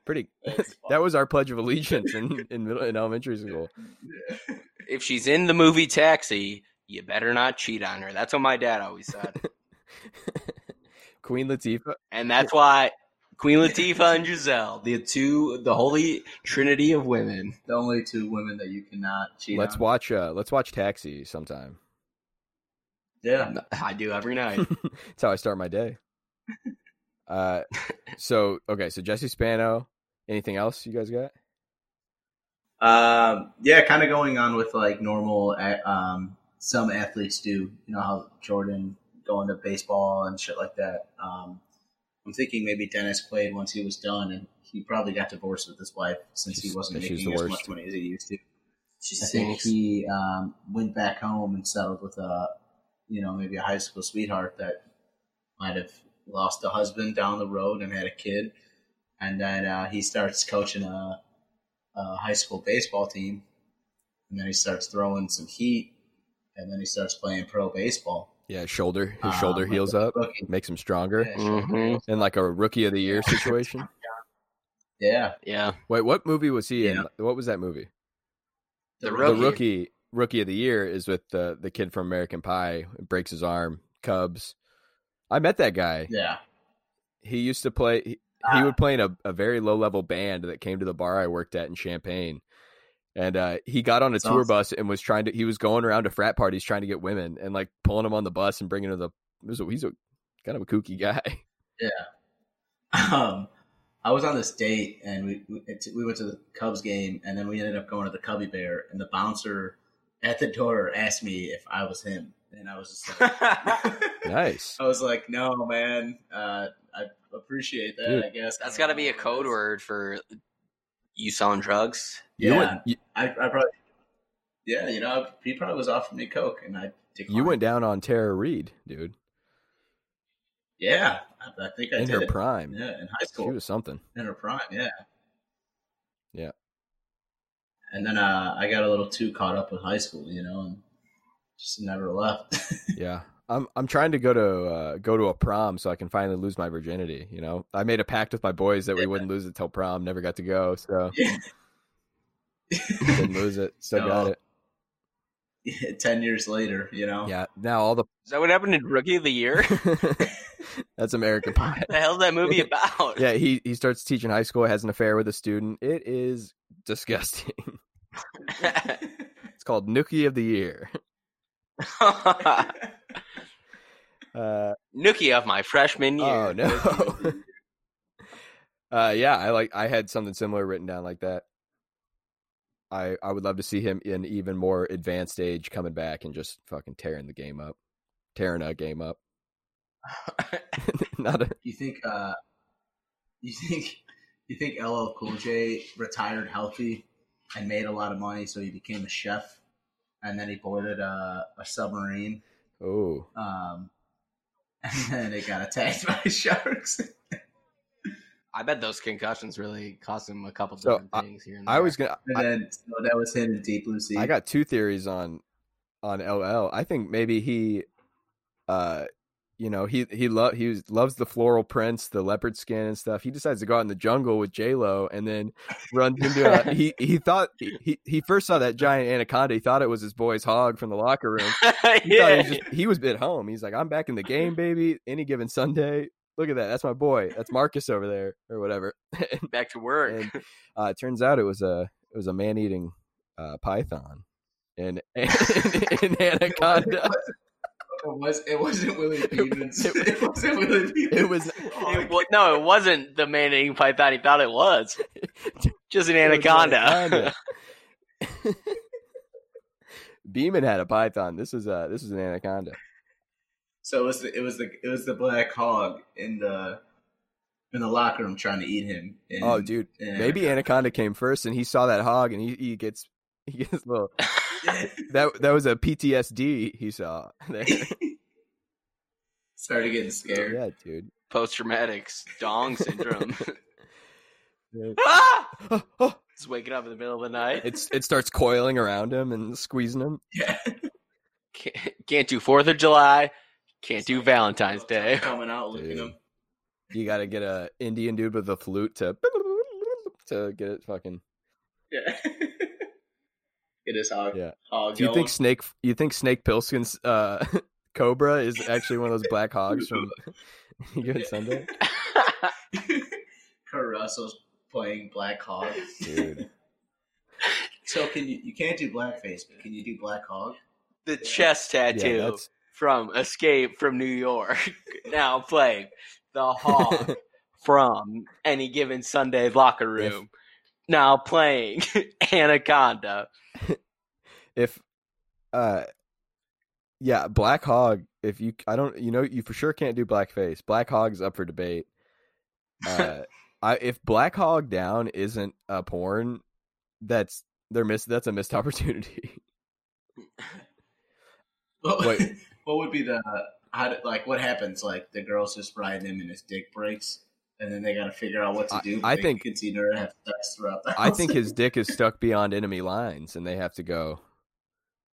[SPEAKER 1] Pretty
[SPEAKER 3] That's
[SPEAKER 1] that was our pledge of allegiance in, in middle in elementary
[SPEAKER 3] [laughs]
[SPEAKER 1] school.
[SPEAKER 2] if she's in the movie Taxi, you better not cheat on her. That's what my dad always said.
[SPEAKER 1] Queen Latifah.
[SPEAKER 2] And that's why Queen Latifah and Giselle, the two, the holy trinity of women.
[SPEAKER 3] The only two women that you cannot cheat
[SPEAKER 1] Let's
[SPEAKER 3] on.
[SPEAKER 1] watch uh let's watch Taxi
[SPEAKER 3] [laughs]
[SPEAKER 1] sometime.
[SPEAKER 3] Yeah.
[SPEAKER 2] I do
[SPEAKER 1] [laughs]
[SPEAKER 2] every night.
[SPEAKER 1] That's how I start my day. Uh so okay, so Jesse Spano, anything else you guys got?
[SPEAKER 3] Um, yeah, kind of going on with like normal. a- Um, some athletes do, you know, how Jordan going to baseball and shit like that. Um, I'm thinking maybe Dennis played once he was done, and he probably got divorced with his wife since
[SPEAKER 1] She's-
[SPEAKER 3] he wasn't
[SPEAKER 1] she's
[SPEAKER 3] making
[SPEAKER 1] the
[SPEAKER 3] as
[SPEAKER 1] worst.
[SPEAKER 3] much money as he used to.
[SPEAKER 2] She
[SPEAKER 3] I think
[SPEAKER 2] sings.
[SPEAKER 3] he um, went back home and settled with a, you know, maybe a high school sweetheart that might have lost a husband down the road and had a kid, and then uh, he starts coaching a, a high school baseball team, and then he starts throwing some heat, and then he starts playing pro baseball.
[SPEAKER 1] Yeah, shoulder his
[SPEAKER 3] Um,
[SPEAKER 1] shoulder
[SPEAKER 3] like
[SPEAKER 1] heals
[SPEAKER 3] a
[SPEAKER 1] up,
[SPEAKER 3] rookie.
[SPEAKER 1] makes him stronger.
[SPEAKER 3] Yeah, sure.
[SPEAKER 2] hmm
[SPEAKER 1] And like a rookie of the year situation.
[SPEAKER 3] Yeah,
[SPEAKER 2] Yeah.
[SPEAKER 1] Wait, what movie was he in?
[SPEAKER 3] Yeah.
[SPEAKER 1] What was that movie?
[SPEAKER 2] The
[SPEAKER 1] the rookie rookie of the year is with the the kid from American Pie breaks his arm Cubs. I met that guy.
[SPEAKER 3] yeah,
[SPEAKER 1] He used to play. He, he would play in a, a very low level band that came to the bar I worked at in Champaign, and uh, he got on a
[SPEAKER 3] That's
[SPEAKER 1] tour
[SPEAKER 3] awesome.
[SPEAKER 1] bus and was trying to. He was going around to frat parties trying to get women and like pulling them on the bus and bringing them to the. It was a, he's a kind of a kooky [laughs] guy.
[SPEAKER 3] um, I was on this date and we we, it- we went to the Cubs game and then we ended up going to the Cubby Bear and the bouncer at the door asked me if I was him and I was just like,
[SPEAKER 1] [laughs] nice.
[SPEAKER 3] I was like, no man, uh, I appreciate that.
[SPEAKER 1] Dude.
[SPEAKER 3] I guess
[SPEAKER 2] That's got to be a code word for you selling drugs.
[SPEAKER 1] You
[SPEAKER 3] yeah.
[SPEAKER 1] went. You,
[SPEAKER 3] I, I probably yeah, you know, he probably was offering me coke and I declined.
[SPEAKER 1] you went down on Tara Reed, dude,
[SPEAKER 3] yeah, I, I think I
[SPEAKER 1] in
[SPEAKER 3] did.
[SPEAKER 1] her prime.
[SPEAKER 3] yeah, in high
[SPEAKER 1] She
[SPEAKER 3] school.
[SPEAKER 1] was something.
[SPEAKER 3] In her prime, yeah.
[SPEAKER 1] Yeah.
[SPEAKER 3] And then uh, I got a little too caught up with high school, you know, and just never left. [laughs]
[SPEAKER 1] Yeah. I'm I'm trying to go to uh, go to a prom so I can finally lose my virginity. You know, I made a pact with my boys that we
[SPEAKER 3] Yeah.
[SPEAKER 1] wouldn't lose it till prom. Never got to go, so
[SPEAKER 3] Yeah.
[SPEAKER 1] didn't lose it. Still got
[SPEAKER 3] No.
[SPEAKER 1] it.
[SPEAKER 3] Ten years later, you know.
[SPEAKER 1] Yeah. Now all
[SPEAKER 2] Is that what happened in Rookie of the [laughs] Year?
[SPEAKER 1] the [laughs] that's American Pie.
[SPEAKER 2] the hell's that
[SPEAKER 1] [laughs]
[SPEAKER 2] movie about?
[SPEAKER 1] Yeah. He he starts teaching high school, has an affair with a student. It is disgusting. [laughs] It's called Nookie of the Year. Uh,
[SPEAKER 2] [laughs] Nookie of my freshman year.
[SPEAKER 1] oh [laughs] no. uh, yeah. I like. I had something similar written down like that. I, I would love to see him in even more advanced age coming back and just fucking tearing the game up, tearing a game [laughs] up. Not a,
[SPEAKER 3] You think? Uh, you think? You think LL Cool J retired healthy? and made a lot of money, so he became a chef. And then he boarded a, a submarine,
[SPEAKER 1] Oh,
[SPEAKER 3] um, [laughs] and then it got attacked [laughs] by sharks.
[SPEAKER 2] I bet those concussions really cost him a couple
[SPEAKER 1] So,
[SPEAKER 2] different
[SPEAKER 1] I-
[SPEAKER 2] things here and there.
[SPEAKER 1] I
[SPEAKER 2] [laughs]
[SPEAKER 1] was gonna.
[SPEAKER 3] And
[SPEAKER 1] I-
[SPEAKER 3] then so that was him in Deep Blue Sea.
[SPEAKER 1] I got two theories on on LL. I think maybe he uh you know, he he lo- he was, loves the floral prints, the leopard skin and stuff. He decides to go out in the jungle with J Lo, and then runs into a. He he thought he he first saw that giant anaconda. He thought it was his boy's hog from the locker room. He thought he
[SPEAKER 2] yeah.
[SPEAKER 1] was just he was at home. He's like, I'm back in the game, baby. Any given Sunday, look at that. That's my boy. That's Marcus over there or whatever.
[SPEAKER 2] back to work.
[SPEAKER 1] And uh, it turns out it was a it was a man eating uh, python, and [laughs] and, and anaconda.
[SPEAKER 3] It was it wasn't Willie Stevens.
[SPEAKER 1] [laughs] It
[SPEAKER 3] [laughs] It,
[SPEAKER 1] was-
[SPEAKER 3] wasn't Willie Stevens.
[SPEAKER 1] It was
[SPEAKER 2] It wa- no, it wasn't the man eating python he thought it was. Just an
[SPEAKER 1] it was an
[SPEAKER 2] [laughs] anaconda.
[SPEAKER 1] anaconda. [laughs] Beeman had a python. This is a this is an anaconda.
[SPEAKER 3] so it was the, it was the it was the black hog in the in the locker room trying to eat him. And,
[SPEAKER 1] Oh, dude,
[SPEAKER 3] and-
[SPEAKER 1] maybe anaconda came first, and he saw that hog, and he, he gets he gets a little that that was a PTSD he saw. [laughs] there.
[SPEAKER 3] [laughs] started getting scared.
[SPEAKER 1] yeah, dude.
[SPEAKER 2] Post traumatic [laughs] dong syndrome.
[SPEAKER 1] Yeah.
[SPEAKER 2] ah!
[SPEAKER 1] Oh, oh.
[SPEAKER 2] Just waking up in the middle of the night.
[SPEAKER 1] It's it [gasps] starts coiling around him and squeezing him.
[SPEAKER 2] Can't, can't do Fourth of July. Can't do Valentine's Day.
[SPEAKER 3] coming out looking
[SPEAKER 1] Dude.
[SPEAKER 3] him.
[SPEAKER 1] You got to get a Indian dude with a flute to to get it fucking.
[SPEAKER 3] Yeah. [laughs] Get his hog.
[SPEAKER 1] Yeah.
[SPEAKER 3] hog
[SPEAKER 1] Do you
[SPEAKER 3] going.
[SPEAKER 1] think Snake? You think Snake Pilskin's uh, [laughs] Cobra is actually one of those black hogs from [laughs] Given Sunday?
[SPEAKER 3] [laughs] Kurt Russell's playing
[SPEAKER 1] [laughs]
[SPEAKER 3] Black Hog?
[SPEAKER 1] Dude.
[SPEAKER 3] So can you you can't do blackface, but can you do Black Hog?
[SPEAKER 2] [laughs] the chest
[SPEAKER 1] Yeah,
[SPEAKER 2] tattoo
[SPEAKER 1] that's
[SPEAKER 2] from Escape from New York. [laughs] now playing
[SPEAKER 1] [laughs]
[SPEAKER 2] the hog from any given Sunday locker room. Now playing [laughs] Anaconda.
[SPEAKER 1] if uh yeah black hog if you i don't you know you for sure can't do blackface black hog's up for debate uh i if black hog down isn't a porn that's they're miss that's a missed [laughs] opportunity
[SPEAKER 3] What,
[SPEAKER 1] Wait.
[SPEAKER 3] [laughs] what would be the how did, like what happens? Like the girls just ride him and his dick breaks, and then they got to figure out what to
[SPEAKER 1] I-
[SPEAKER 3] do.
[SPEAKER 1] I
[SPEAKER 3] They
[SPEAKER 1] think-
[SPEAKER 3] continue to have sex throughout the.
[SPEAKER 1] i think
[SPEAKER 3] [laughs]
[SPEAKER 1] his dick is stuck beyond enemy lines and they have to go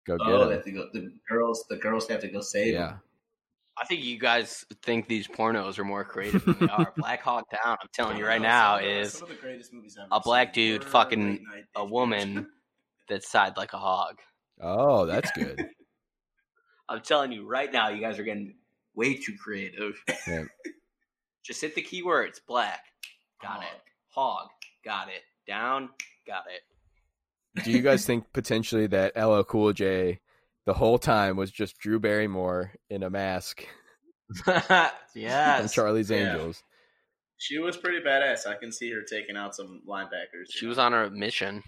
[SPEAKER 1] go get
[SPEAKER 3] oh, they
[SPEAKER 1] him
[SPEAKER 3] have to go, the girls the girls have to go save him.
[SPEAKER 1] yeah
[SPEAKER 2] I think you guys think these pornos are more creative than they [laughs] are. Black Hawk Down, I'm telling you right now, is
[SPEAKER 3] Some of the greatest movies I've
[SPEAKER 2] a
[SPEAKER 3] ever
[SPEAKER 2] black
[SPEAKER 3] seen
[SPEAKER 2] dude
[SPEAKER 3] were
[SPEAKER 2] fucking
[SPEAKER 3] late night
[SPEAKER 2] a
[SPEAKER 3] dick
[SPEAKER 2] woman that's side like a hog.
[SPEAKER 1] oh that's good
[SPEAKER 2] I'm telling you right now, you guys are getting way too creative.
[SPEAKER 1] Yeah.
[SPEAKER 2] [laughs] Just hit the keywords black. Got it. Hog. Got it. Down. Got it.
[SPEAKER 1] do you
[SPEAKER 3] [laughs]
[SPEAKER 1] guys think potentially that LL Cool J the whole time was just Drew Barrymore in a mask from
[SPEAKER 2] [laughs] yes.
[SPEAKER 1] Charlie's
[SPEAKER 3] Yeah.
[SPEAKER 1] Angels?
[SPEAKER 3] She was pretty badass. I can see her taking out some linebackers.
[SPEAKER 2] She was on her mission.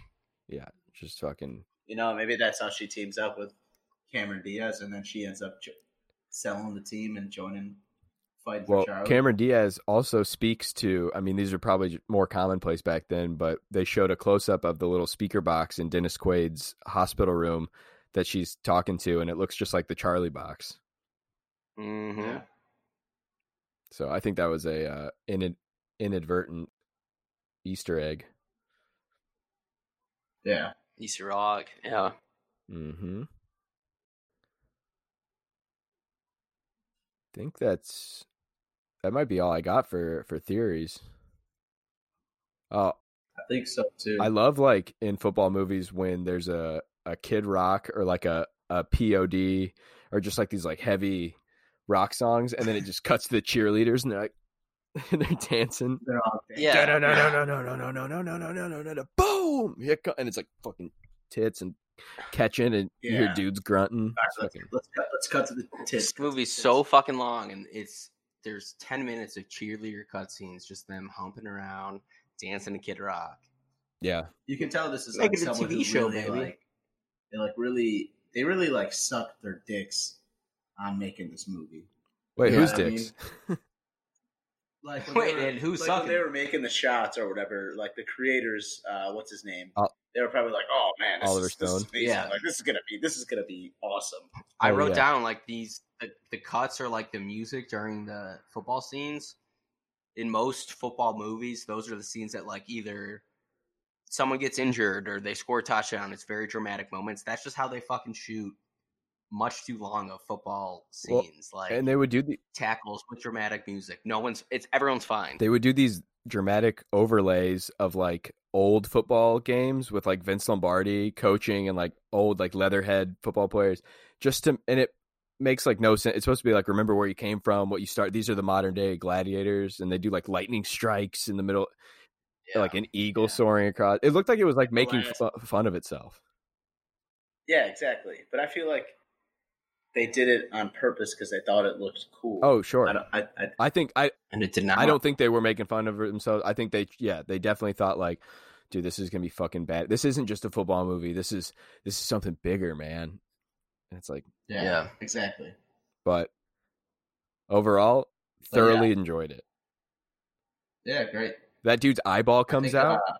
[SPEAKER 1] Just fucking
[SPEAKER 3] you know, maybe that's how she teams up with Cameron Diaz, and then she ends up jo- selling the team and joining fighting
[SPEAKER 1] well.
[SPEAKER 3] for Charlie.
[SPEAKER 1] Cameron Diaz also speaks to. I mean, these are probably j- more commonplace back then, but they showed a close up of the little speaker box in Dennis Quaid's hospital room that she's talking to, and it looks just like the Charlie box.
[SPEAKER 2] Mm-hmm.
[SPEAKER 3] Yeah.
[SPEAKER 1] So I think that was a uh, in, inadvertent Easter egg.
[SPEAKER 3] yeah,
[SPEAKER 2] Easter hog. Yeah.
[SPEAKER 1] Mm-hmm. Think that's that might be all I got for for theories. Oh,
[SPEAKER 3] I think so too.
[SPEAKER 1] I love like in football movies when there's a a Kid Rock or like a a POD or just like these like heavy rock songs, and then it just cuts to the cheerleaders and they're like [laughs] and they're dancing.
[SPEAKER 3] They're all bad.
[SPEAKER 2] Yeah.
[SPEAKER 1] No no no no no no no no no no no no no no no boom! Here co- and it's like fucking tits and catching and you hear
[SPEAKER 3] Yeah.
[SPEAKER 1] dudes grunting.
[SPEAKER 3] All right,
[SPEAKER 1] It's
[SPEAKER 3] let's,
[SPEAKER 1] fucking-
[SPEAKER 3] let's cut. Let's cut to the tits.
[SPEAKER 2] This movie's so fucking long, and it's there's ten minutes of cheerleader cutscenes, just them humping around, dancing to Kid Rock.
[SPEAKER 1] yeah.
[SPEAKER 3] You can tell this is
[SPEAKER 2] Make
[SPEAKER 3] like
[SPEAKER 2] it a
[SPEAKER 3] someone
[SPEAKER 2] TV
[SPEAKER 3] who
[SPEAKER 2] show,
[SPEAKER 3] really
[SPEAKER 2] baby.
[SPEAKER 3] like. They like really. They really like sucked their dicks on making this movie.
[SPEAKER 1] Wait,
[SPEAKER 3] Yeah,
[SPEAKER 1] who's
[SPEAKER 3] I mean-
[SPEAKER 1] dicks?
[SPEAKER 3] Like
[SPEAKER 2] when they Wait, were- and who's
[SPEAKER 3] like when
[SPEAKER 2] sucking?
[SPEAKER 3] they were making the shots or whatever, like the creators, uh, what's his name?
[SPEAKER 1] Al-
[SPEAKER 3] they were probably like, "Oh man, this
[SPEAKER 1] Oliver
[SPEAKER 3] is, this is
[SPEAKER 1] Stone.
[SPEAKER 3] amazing.
[SPEAKER 4] Yeah.
[SPEAKER 3] like this is gonna be this is gonna be awesome."
[SPEAKER 4] I
[SPEAKER 1] Oh,
[SPEAKER 4] wrote
[SPEAKER 1] yeah.
[SPEAKER 4] down like these the, the cuts are like the music during the football scenes. In most football movies, those are the scenes that like either someone gets injured or they score a touchdown. It's very dramatic moments. That's just how they fucking shoot much too long of football
[SPEAKER 1] Well,
[SPEAKER 4] scenes. like
[SPEAKER 1] And they would do the,
[SPEAKER 4] tackles with dramatic music. No one's it's everyone's fine.
[SPEAKER 1] they would do these dramatic overlays of like old football games with like Vince Lombardi coaching and like old like leatherhead football players just to and it makes like no sense. It's supposed to be like remember where you came from, what you start. These are the modern day gladiators and they do like lightning strikes in the middle
[SPEAKER 4] Yeah.
[SPEAKER 1] like an eagle
[SPEAKER 4] yeah.
[SPEAKER 1] soaring across. It looked like it was like making
[SPEAKER 3] Hilarious.
[SPEAKER 1] fu- fun of itself.
[SPEAKER 3] Yeah, exactly. But I feel like they did it on purpose because they thought it looked cool.
[SPEAKER 1] Oh, sure.
[SPEAKER 3] I
[SPEAKER 1] I,
[SPEAKER 3] don't. I, I,
[SPEAKER 1] think I
[SPEAKER 4] and it did not
[SPEAKER 1] I don't think they were making fun of themselves. I think they yeah, they definitely thought like dude, this is going to be fucking bad. This isn't just a football movie. This is this is something bigger, man. And it's like
[SPEAKER 3] yeah,
[SPEAKER 4] Yeah.
[SPEAKER 3] exactly.
[SPEAKER 1] but overall
[SPEAKER 3] But Oh, yeah.
[SPEAKER 1] thoroughly enjoyed it.
[SPEAKER 3] Yeah, great.
[SPEAKER 1] That dude's eyeball comes
[SPEAKER 3] think,
[SPEAKER 1] out.
[SPEAKER 3] uh,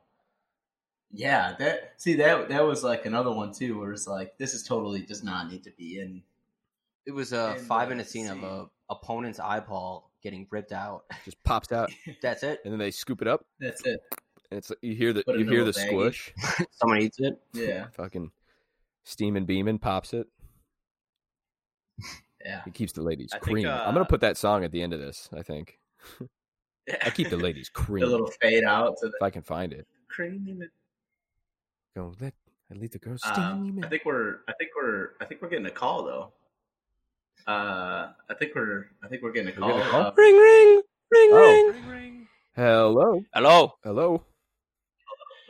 [SPEAKER 3] yeah, that see that that was like another one too, where it's like this is totally does not need to be in.
[SPEAKER 4] it was a
[SPEAKER 3] And,
[SPEAKER 4] five
[SPEAKER 3] uh,
[SPEAKER 4] minute scene of a
[SPEAKER 3] scene.
[SPEAKER 4] opponent's eyeball getting ripped
[SPEAKER 3] [laughs]
[SPEAKER 4] out.
[SPEAKER 1] just pops out
[SPEAKER 4] That's
[SPEAKER 2] [laughs]
[SPEAKER 4] it.
[SPEAKER 1] and then they scoop it up
[SPEAKER 3] That's it.
[SPEAKER 1] and it's you hear the
[SPEAKER 3] Put it
[SPEAKER 1] you
[SPEAKER 3] in a
[SPEAKER 1] hear the
[SPEAKER 3] little baggie.
[SPEAKER 1] squish.
[SPEAKER 4] Someone eats it.
[SPEAKER 3] Yeah,
[SPEAKER 1] [laughs] Fucking steaming beaming pops it.
[SPEAKER 3] yeah.
[SPEAKER 1] It keeps the ladies
[SPEAKER 2] I think,
[SPEAKER 1] cream.
[SPEAKER 2] uh,
[SPEAKER 1] I'm gonna put that song at the end of this. I think I
[SPEAKER 3] [laughs]
[SPEAKER 1] keep the ladies
[SPEAKER 3] the
[SPEAKER 1] cream
[SPEAKER 3] little fade out to
[SPEAKER 1] if I can find it.
[SPEAKER 3] the creamy.
[SPEAKER 1] Go let I leave the girls
[SPEAKER 3] Um,
[SPEAKER 1] steaming.
[SPEAKER 3] I think we're. I think we're. I think we're getting a call though. Uh, I think we're. I think we're getting a
[SPEAKER 1] We're
[SPEAKER 3] call.
[SPEAKER 1] getting a call?
[SPEAKER 3] Uh,
[SPEAKER 2] Ring, ring, ring,
[SPEAKER 1] Oh.
[SPEAKER 2] ring, ring.
[SPEAKER 1] Hello,
[SPEAKER 2] Hello,
[SPEAKER 1] hello.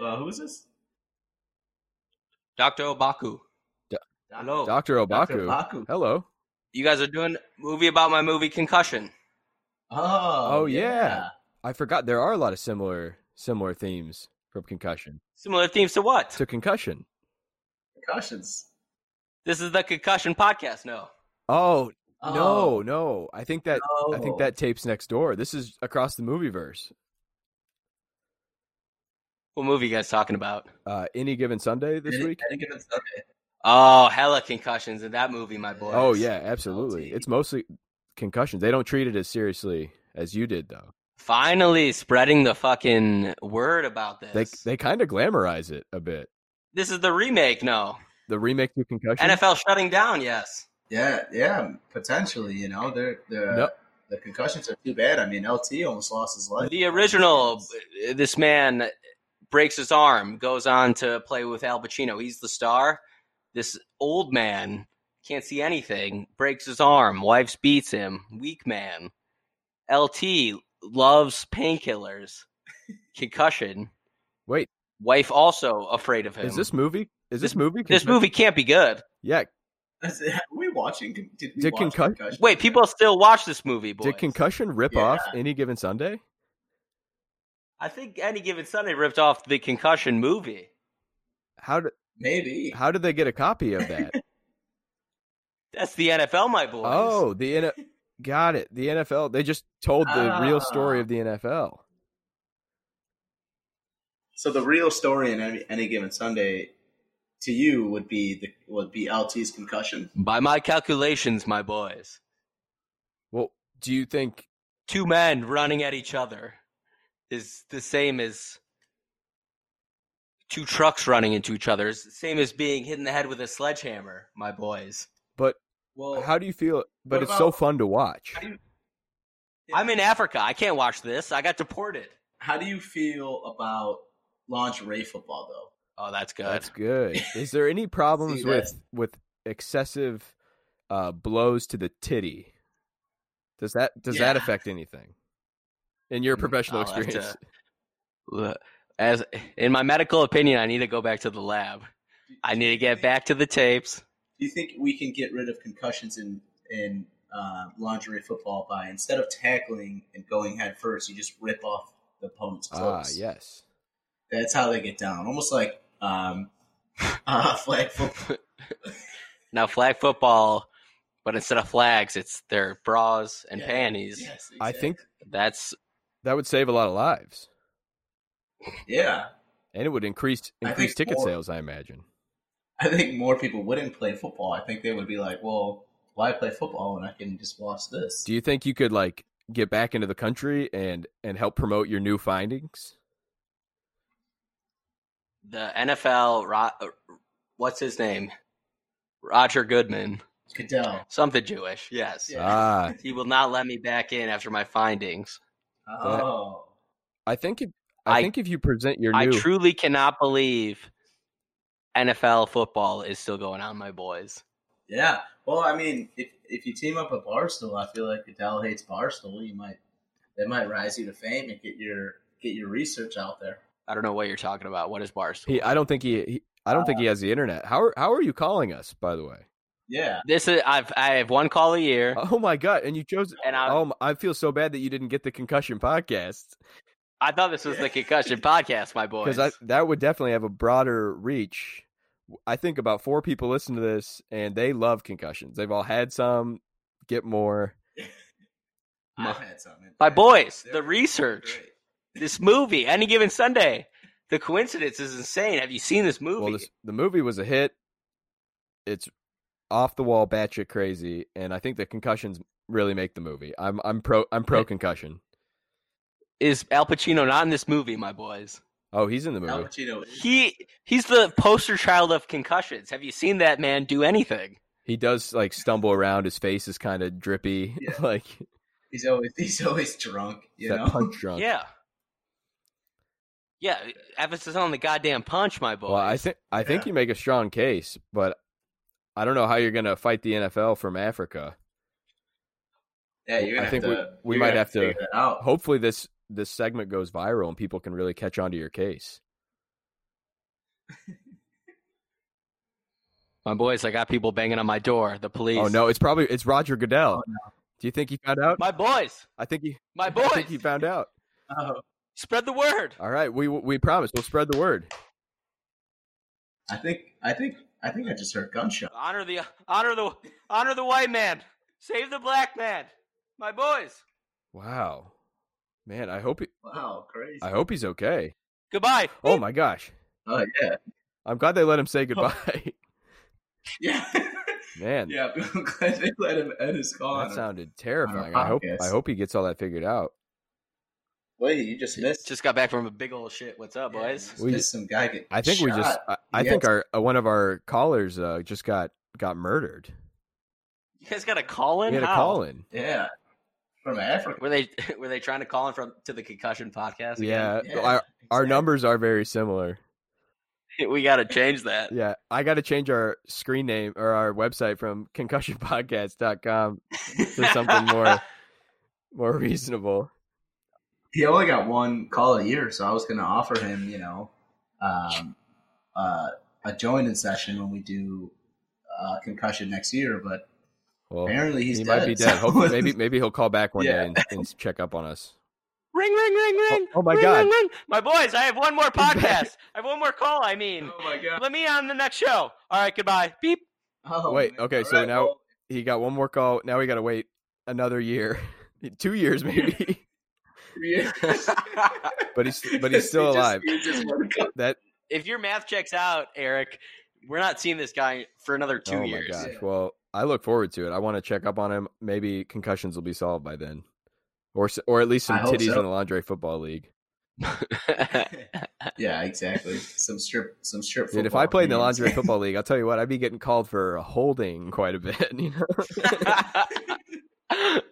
[SPEAKER 3] uh, who is this?
[SPEAKER 4] Doctor Obaku.
[SPEAKER 1] Do-
[SPEAKER 4] Hello.
[SPEAKER 1] Doctor
[SPEAKER 3] Dr.
[SPEAKER 1] Obaku.
[SPEAKER 3] Baku.
[SPEAKER 1] Hello.
[SPEAKER 2] you guys are doing a movie about my movie Concussion.
[SPEAKER 3] Oh,
[SPEAKER 1] Oh, yeah. I forgot there are a lot of similar similar themes from concussion
[SPEAKER 2] Similar themes to what?
[SPEAKER 1] to concussion.
[SPEAKER 3] Concussions.
[SPEAKER 2] This is the Concussion podcast. No,
[SPEAKER 1] Oh
[SPEAKER 3] Oh,
[SPEAKER 1] no, no. I think that I
[SPEAKER 3] no.
[SPEAKER 1] think that tapes next door. This is across the movieverse.
[SPEAKER 2] what movie you guys talking about?
[SPEAKER 1] Uh, any given Sunday this
[SPEAKER 3] Any-
[SPEAKER 1] week.
[SPEAKER 3] any given Sunday.
[SPEAKER 2] Oh, hella concussions in that movie, my boy.
[SPEAKER 1] Oh yeah, absolutely.
[SPEAKER 3] LT.
[SPEAKER 1] It's mostly concussions. They don't treat it as seriously as you did though.
[SPEAKER 2] Finally, spreading the fucking word about
[SPEAKER 1] They
[SPEAKER 2] this.
[SPEAKER 1] they kind of glamorize it a bit.
[SPEAKER 2] this is the remake. No,
[SPEAKER 1] The remake to concussion.
[SPEAKER 2] NFL shutting down. Yes.
[SPEAKER 3] Yeah, yeah, potentially. You know, they're, they're
[SPEAKER 1] Nope.
[SPEAKER 3] the concussions are too bad. I mean, LT almost lost his life.
[SPEAKER 2] The original, uh, this man breaks his arm, goes on to play with Al Pacino. He's the star. This old man can't see anything, breaks his arm, wives beats him, weak man. LT loves painkillers, concussion.
[SPEAKER 1] Wait.
[SPEAKER 2] Wife also afraid of him.
[SPEAKER 1] Is this movie? Is this,
[SPEAKER 2] This-
[SPEAKER 1] movie?
[SPEAKER 2] this
[SPEAKER 1] concussion-
[SPEAKER 2] movie can't be good.
[SPEAKER 1] Yeah.
[SPEAKER 3] Are we watching? Did, we
[SPEAKER 1] Did
[SPEAKER 3] watch
[SPEAKER 1] concussion-
[SPEAKER 3] concussion?
[SPEAKER 2] Wait, people still watch this movie, boys.
[SPEAKER 1] Did concussion rip
[SPEAKER 3] Yeah.
[SPEAKER 1] off any given Sunday?
[SPEAKER 2] I think any given Sunday ripped off the concussion movie.
[SPEAKER 1] How did
[SPEAKER 3] Maybe.
[SPEAKER 1] how did they get a copy of
[SPEAKER 3] [laughs]
[SPEAKER 1] that?
[SPEAKER 2] That's the NFL, my boys.
[SPEAKER 1] oh, the N- got it. The NFL. They just told the real story
[SPEAKER 3] Ah.
[SPEAKER 1] of the NFL.
[SPEAKER 3] So the real story in any, any given Sunday to you would be the would be LT's concussion.
[SPEAKER 2] By my calculations, my boys,
[SPEAKER 1] Well, do you think
[SPEAKER 2] two men running at each other is the same as two trucks running into each other. Is the same as being hit in the head with a sledgehammer, my boys.
[SPEAKER 1] but
[SPEAKER 3] Well,
[SPEAKER 1] how do you feel but
[SPEAKER 3] what
[SPEAKER 1] it's so
[SPEAKER 3] about-
[SPEAKER 1] fun to watch.
[SPEAKER 3] how do you-
[SPEAKER 2] I'm in Africa. I can't watch this. I got deported.
[SPEAKER 3] How do you feel about lingerie football though?
[SPEAKER 2] Oh, that's good.
[SPEAKER 1] That's good.
[SPEAKER 3] [laughs]
[SPEAKER 1] Is there any problems
[SPEAKER 3] See
[SPEAKER 1] with with excessive uh, blows to the titty? Does that does that
[SPEAKER 3] Yeah. oh,
[SPEAKER 1] affect anything in your
[SPEAKER 2] Mm,
[SPEAKER 1] professional
[SPEAKER 2] I'll have to-
[SPEAKER 3] [laughs]
[SPEAKER 1] experience?
[SPEAKER 2] Look, As in my medical opinion, I need to go back to the lab. I need to get back to the tapes. [laughs]
[SPEAKER 3] Do you think we can get rid of concussions in in uh, lingerie football by instead of tackling and going head first, you just rip off the opponent's
[SPEAKER 1] Ah,
[SPEAKER 3] clothes?
[SPEAKER 1] yes.
[SPEAKER 3] That's how they get down. Almost like
[SPEAKER 1] [laughs]
[SPEAKER 3] um, uh, flag football.
[SPEAKER 2] Now flag football, but instead of flags, it's their bras and
[SPEAKER 3] Yeah.
[SPEAKER 2] panties.
[SPEAKER 3] Yes,
[SPEAKER 1] I think
[SPEAKER 2] That's
[SPEAKER 1] that would save a lot of lives
[SPEAKER 3] Yeah.
[SPEAKER 1] and it would increase
[SPEAKER 3] I
[SPEAKER 1] increase
[SPEAKER 3] think
[SPEAKER 1] ticket
[SPEAKER 3] more-
[SPEAKER 1] sales, I imagine.
[SPEAKER 3] I think more people wouldn't play football. I think they would be like, well, why play football when I can just watch this?
[SPEAKER 1] Do you think you could like get back into the country and and help promote your new findings?
[SPEAKER 2] The NFL, Ro- uh, what's his name? Roger Goodman.
[SPEAKER 3] Goodell.
[SPEAKER 2] Something Jewish, yes.
[SPEAKER 3] Yeah.
[SPEAKER 1] Ah,
[SPEAKER 2] He will not let me back in after my findings.
[SPEAKER 3] Oh.
[SPEAKER 1] I think if I,
[SPEAKER 2] I-
[SPEAKER 1] think if you present your
[SPEAKER 2] I
[SPEAKER 1] new
[SPEAKER 2] truly cannot believe NFL football is still going on, my boys.
[SPEAKER 3] Yeah. Well, I mean, if if you team up with Barstool, I feel like Goodell hates Barstool. You might they might rise you to fame and get your get your research out there.
[SPEAKER 2] I don't know what you're talking about. What is Barstool?
[SPEAKER 1] he, I don't think he, he I don't
[SPEAKER 3] Uh
[SPEAKER 1] think he has the internet. How are, how are you calling us by the way?
[SPEAKER 3] Yeah.
[SPEAKER 2] This is I've I have one call a year,
[SPEAKER 1] Oh my god, and you
[SPEAKER 3] [laughs]
[SPEAKER 1] chose
[SPEAKER 2] and
[SPEAKER 3] Uh
[SPEAKER 2] I
[SPEAKER 1] Oh, I feel so bad that you didn't get the concussion podcast
[SPEAKER 2] I thought this was
[SPEAKER 1] [laughs]
[SPEAKER 2] the concussion podcast, my
[SPEAKER 3] Oh,
[SPEAKER 2] boys.
[SPEAKER 1] because that would definitely have a broader reach. I think about four people listen to this and they love concussions. They've all had some. Get more.
[SPEAKER 3] I've had some.
[SPEAKER 2] my boys, the
[SPEAKER 3] They're
[SPEAKER 2] research,
[SPEAKER 3] great.
[SPEAKER 2] this movie, any given Sunday. The coincidence is insane. Have you seen this movie?
[SPEAKER 1] Well, this, the movie was a hit. It's off the wall, batshit crazy, and I think the concussions really make the movie. I'm I'm pro I'm pro concussion.
[SPEAKER 2] is Al Pacino not in this movie, my boys?
[SPEAKER 1] Oh, he's in the
[SPEAKER 3] Al
[SPEAKER 1] movie.
[SPEAKER 3] Pacino is-
[SPEAKER 2] He he's the poster child of concussions. Have you seen that man do anything?
[SPEAKER 1] He does like stumble around. His face is kind of drippy,
[SPEAKER 3] Yeah.
[SPEAKER 1] [laughs] like
[SPEAKER 3] he's always [laughs] he's always drunk, you
[SPEAKER 1] that
[SPEAKER 3] know.
[SPEAKER 1] punch drunk.
[SPEAKER 2] Yeah. Yeah, emphasis on the goddamn punch, my boys.
[SPEAKER 1] Well, I think I think
[SPEAKER 3] Yeah.
[SPEAKER 1] you make a strong case, but I don't know how you're going to fight the NFL from Africa.
[SPEAKER 3] Yeah, you're gonna
[SPEAKER 1] I
[SPEAKER 3] have
[SPEAKER 1] think we-
[SPEAKER 3] to.
[SPEAKER 1] we
[SPEAKER 3] you're
[SPEAKER 1] might
[SPEAKER 3] gonna
[SPEAKER 1] have to
[SPEAKER 3] figure that out.
[SPEAKER 1] Hopefully, this this segment goes viral and people can really catch on to your case.
[SPEAKER 2] my boys, I got people banging on my door. The police.
[SPEAKER 1] Oh no, it's probably it's Roger Goodell.
[SPEAKER 3] Oh,
[SPEAKER 1] Do you think he found out?
[SPEAKER 2] My boys,
[SPEAKER 1] I think he.
[SPEAKER 2] my
[SPEAKER 1] I think
[SPEAKER 2] boys,
[SPEAKER 1] he found out.
[SPEAKER 3] Oh,
[SPEAKER 2] spread the word.
[SPEAKER 1] All right, we we promise we'll spread the word.
[SPEAKER 3] I think I think I think I just heard gunshot.
[SPEAKER 2] Honor the honor the honor the white man. Save the black man. My boys.
[SPEAKER 1] Wow, man, I hope he,
[SPEAKER 3] Wow, crazy.
[SPEAKER 1] I hope he's okay.
[SPEAKER 2] Goodbye.
[SPEAKER 1] Oh my gosh,
[SPEAKER 3] Oh yeah, [laughs]
[SPEAKER 1] I'm glad they let him
[SPEAKER 3] Oh.
[SPEAKER 1] say goodbye. [laughs]
[SPEAKER 3] yeah,
[SPEAKER 1] Man,
[SPEAKER 3] yeah. [laughs] I'm glad they let him end his call.
[SPEAKER 1] that
[SPEAKER 3] on him.
[SPEAKER 1] sounded terrifying. I hope
[SPEAKER 3] podcast.
[SPEAKER 1] I hope he gets all that figured out.
[SPEAKER 3] Wait, you just missed.
[SPEAKER 2] Just got back from a big old shit. What's up,
[SPEAKER 3] yeah,
[SPEAKER 2] boys?
[SPEAKER 3] you
[SPEAKER 1] We-
[SPEAKER 3] missed some guy get.
[SPEAKER 1] I think we just.
[SPEAKER 3] shot.
[SPEAKER 1] I, I
[SPEAKER 3] You
[SPEAKER 1] think
[SPEAKER 3] guys-
[SPEAKER 1] our uh, one of our callers uh, just got got murdered.
[SPEAKER 2] You guys got a call in?
[SPEAKER 1] We had a
[SPEAKER 2] How?
[SPEAKER 1] call in.
[SPEAKER 3] Yeah, from Africa.
[SPEAKER 2] Were they [laughs] were they trying to call in from to the concussion podcast? Again?
[SPEAKER 1] Yeah,
[SPEAKER 3] Yeah,
[SPEAKER 1] our, our
[SPEAKER 3] exactly.
[SPEAKER 1] numbers are very similar.
[SPEAKER 2] [laughs] we got to change that.
[SPEAKER 1] Yeah, I got to change our screen name or our website from concussionpodcast.com to something
[SPEAKER 3] [laughs]
[SPEAKER 1] more more reasonable.
[SPEAKER 3] he only got one call a year, so I was going to offer him, you know, um, uh, a joining session when we do uh, concussion next year. But
[SPEAKER 1] Well,
[SPEAKER 3] apparently, he's
[SPEAKER 1] he
[SPEAKER 3] dead.
[SPEAKER 1] might be dead.
[SPEAKER 3] so-
[SPEAKER 1] Hopefully,
[SPEAKER 3] [laughs]
[SPEAKER 1] maybe maybe he'll call back one
[SPEAKER 3] Yeah.
[SPEAKER 1] day and, and check up on us.
[SPEAKER 2] Ring ring ring ring.
[SPEAKER 1] oh my
[SPEAKER 2] ring,
[SPEAKER 1] God.
[SPEAKER 2] Ring, ring. My boys, I have one more
[SPEAKER 1] back.
[SPEAKER 2] podcast. I have one more call. I mean,
[SPEAKER 3] Oh my god!
[SPEAKER 2] let me on the next show. All right, goodbye. Beep. [laughs]
[SPEAKER 3] Oh,
[SPEAKER 1] [laughs] Wait,
[SPEAKER 3] man.
[SPEAKER 1] okay,
[SPEAKER 3] All
[SPEAKER 1] so now-
[SPEAKER 3] well, [laughs]
[SPEAKER 1] He got one more call. Now we got to wait another year, [laughs] two years
[SPEAKER 3] [laughs]
[SPEAKER 1] maybe.
[SPEAKER 3] yeah.
[SPEAKER 1] But he's [laughs] but
[SPEAKER 3] [laughs]
[SPEAKER 1] he's still
[SPEAKER 3] He just-
[SPEAKER 1] alive.
[SPEAKER 3] he just wanted to-
[SPEAKER 1] That
[SPEAKER 2] if your math checks out, Eric, we're not seeing this guy for another two
[SPEAKER 1] oh
[SPEAKER 2] years.
[SPEAKER 1] my gosh.
[SPEAKER 3] Yeah.
[SPEAKER 1] Well, I look forward to it. I want to check up on him. Maybe concussions will be solved by then, or s- or at least some
[SPEAKER 3] I hope
[SPEAKER 1] titties
[SPEAKER 3] so.
[SPEAKER 1] in the Landry Football League.
[SPEAKER 2] [laughs]
[SPEAKER 3] yeah, exactly. Some strip, some strip.
[SPEAKER 1] Dude, if
[SPEAKER 3] football
[SPEAKER 1] I played in the
[SPEAKER 3] games. [laughs]
[SPEAKER 1] Landry Football League, I'll tell you what, I'd be getting called for holding quite a bit. [laughs] You know,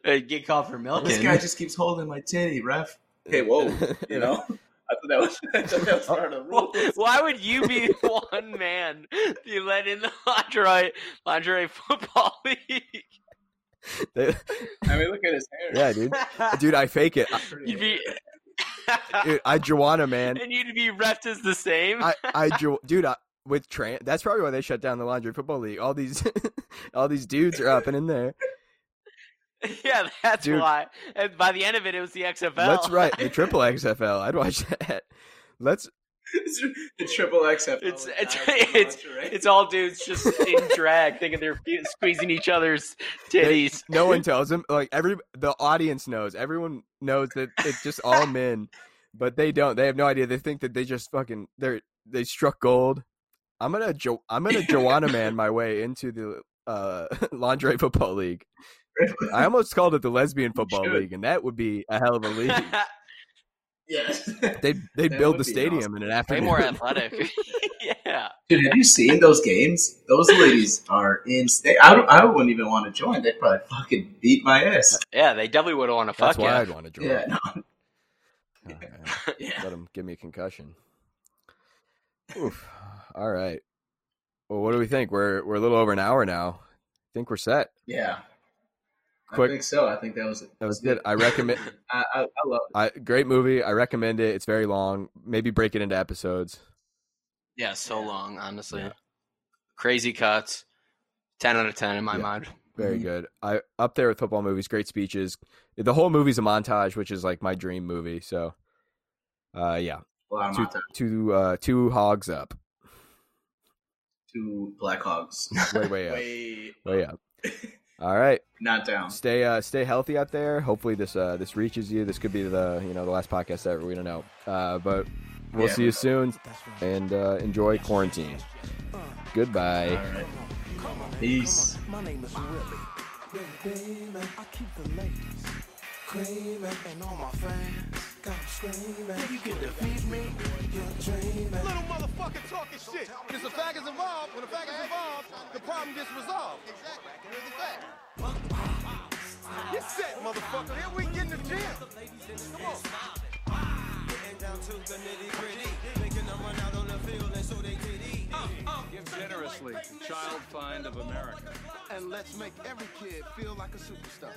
[SPEAKER 2] Hey, Get called for milking.
[SPEAKER 3] this guy just keeps holding my titty, ref. Hey,
[SPEAKER 1] [laughs]
[SPEAKER 3] whoa, Oh, you know. I thought that was, [laughs] I thought that was part of the
[SPEAKER 2] Why-
[SPEAKER 3] rules.
[SPEAKER 2] [laughs] Why would you be [laughs] the one man be let in the lingerie, lingerie football league?
[SPEAKER 1] They-
[SPEAKER 3] I mean, look at his hair.
[SPEAKER 1] yeah, dude,
[SPEAKER 3] [laughs]
[SPEAKER 1] dude, I fake it. I,
[SPEAKER 2] You'd be,
[SPEAKER 1] dude, I Joanna, man,
[SPEAKER 2] and you'd be repped as the same.
[SPEAKER 1] I, I, Jo- dude, I, with Tran. That's probably why they shut down the Landry Football League. All these, [laughs] all these dudes are up and in
[SPEAKER 3] [laughs]
[SPEAKER 1] there.
[SPEAKER 2] [laughs] yeah, that's
[SPEAKER 1] Dude.
[SPEAKER 2] why. And by the end of it, it was the XFL.
[SPEAKER 1] Let's write the Triple XFL. I'd watch [laughs] that. Let's.
[SPEAKER 3] It's the triple XFL.
[SPEAKER 2] It's-
[SPEAKER 1] [laughs]
[SPEAKER 2] it's- it's- [laughs] It's all dudes just in drag, thinking they're squeezing each other's
[SPEAKER 1] [laughs]
[SPEAKER 2] titties.
[SPEAKER 3] [laughs]
[SPEAKER 1] No one tells them. Like every, the audience knows. Everyone knows that it's just all men. but they don't. They have no idea. They think that they just fucking they they struck gold. I'm gonna jo- I'm gonna Joanna man my way into the uh, [laughs] Laundry Football League.
[SPEAKER 3] [laughs]
[SPEAKER 1] I almost called it the Lesbian Football
[SPEAKER 3] should.
[SPEAKER 1] League, and that would be a hell of a league.
[SPEAKER 3] yes.
[SPEAKER 1] They they
[SPEAKER 3] That
[SPEAKER 1] build the
[SPEAKER 3] would be
[SPEAKER 1] stadium
[SPEAKER 3] awesome.
[SPEAKER 1] in an
[SPEAKER 2] Way
[SPEAKER 1] afternoon. [laughs]
[SPEAKER 2] more athletic. [laughs] yeah.
[SPEAKER 3] [laughs] Dude, have you seen those games? Those ladies are in state. I don't. I wouldn't even want to join. They'd probably fucking beat
[SPEAKER 1] [laughs]
[SPEAKER 3] my ass.
[SPEAKER 2] Yeah, they definitely would want to
[SPEAKER 1] That's
[SPEAKER 2] fuck
[SPEAKER 1] why
[SPEAKER 2] you.
[SPEAKER 1] I'd want to join.
[SPEAKER 3] Yeah. No,
[SPEAKER 1] Oh, [laughs] yeah.
[SPEAKER 3] yeah.
[SPEAKER 1] Let him give me a concussion. [laughs] Oof. All right. Well, what do we think? We're we're a little over an hour now. think we're set.
[SPEAKER 3] Yeah.
[SPEAKER 1] Quick.
[SPEAKER 3] I think so. I think that was it.
[SPEAKER 1] That was good. I [laughs] recommend.
[SPEAKER 3] I, I, I love it.
[SPEAKER 1] I great movie. I recommend it. It's very long. Maybe break it into episodes.
[SPEAKER 2] Yeah, so long, honestly.
[SPEAKER 1] Yeah.
[SPEAKER 2] Crazy cuts. 10 out of 10 in my
[SPEAKER 1] Yeah.
[SPEAKER 2] mind.
[SPEAKER 1] Very
[SPEAKER 3] Mhm.
[SPEAKER 1] good. I up there with football movies. Great speeches. The whole movie's a montage, which is like my dream movie. So, uh, yeah,
[SPEAKER 3] Well, I'm
[SPEAKER 1] two
[SPEAKER 3] out there.
[SPEAKER 1] two uh, two hogs up.
[SPEAKER 3] Two
[SPEAKER 1] [laughs]
[SPEAKER 3] Black Hogs.
[SPEAKER 1] Way way up.
[SPEAKER 3] Way
[SPEAKER 1] Way up. All right.
[SPEAKER 3] not down.
[SPEAKER 1] stay uh, stay healthy out there. Hopefully this uh, this reaches you. This could be the you know the last podcast ever. We don't know, uh, but we'll
[SPEAKER 3] Yeah.
[SPEAKER 1] see you soon and uh, enjoy quarantine. Goodbye.
[SPEAKER 3] All right. Peace.
[SPEAKER 6] My name is Willie. I keep the ladies creaming, and all my fans got 'em screaming. You can defeat me, you're dreaming.
[SPEAKER 7] little motherfucker talking shit. Because the fag is involved. When the fag is involved, the problem gets resolved. Exactly. Here's the fact. Get set, motherfucker. Here we get in the gym. Come on.
[SPEAKER 8] Getting down to the nitty gritty. Thinking I'm run out on the field and so they did eat.
[SPEAKER 9] Give generously to Child Find of America.
[SPEAKER 7] And let's make every kid feel like a superstar.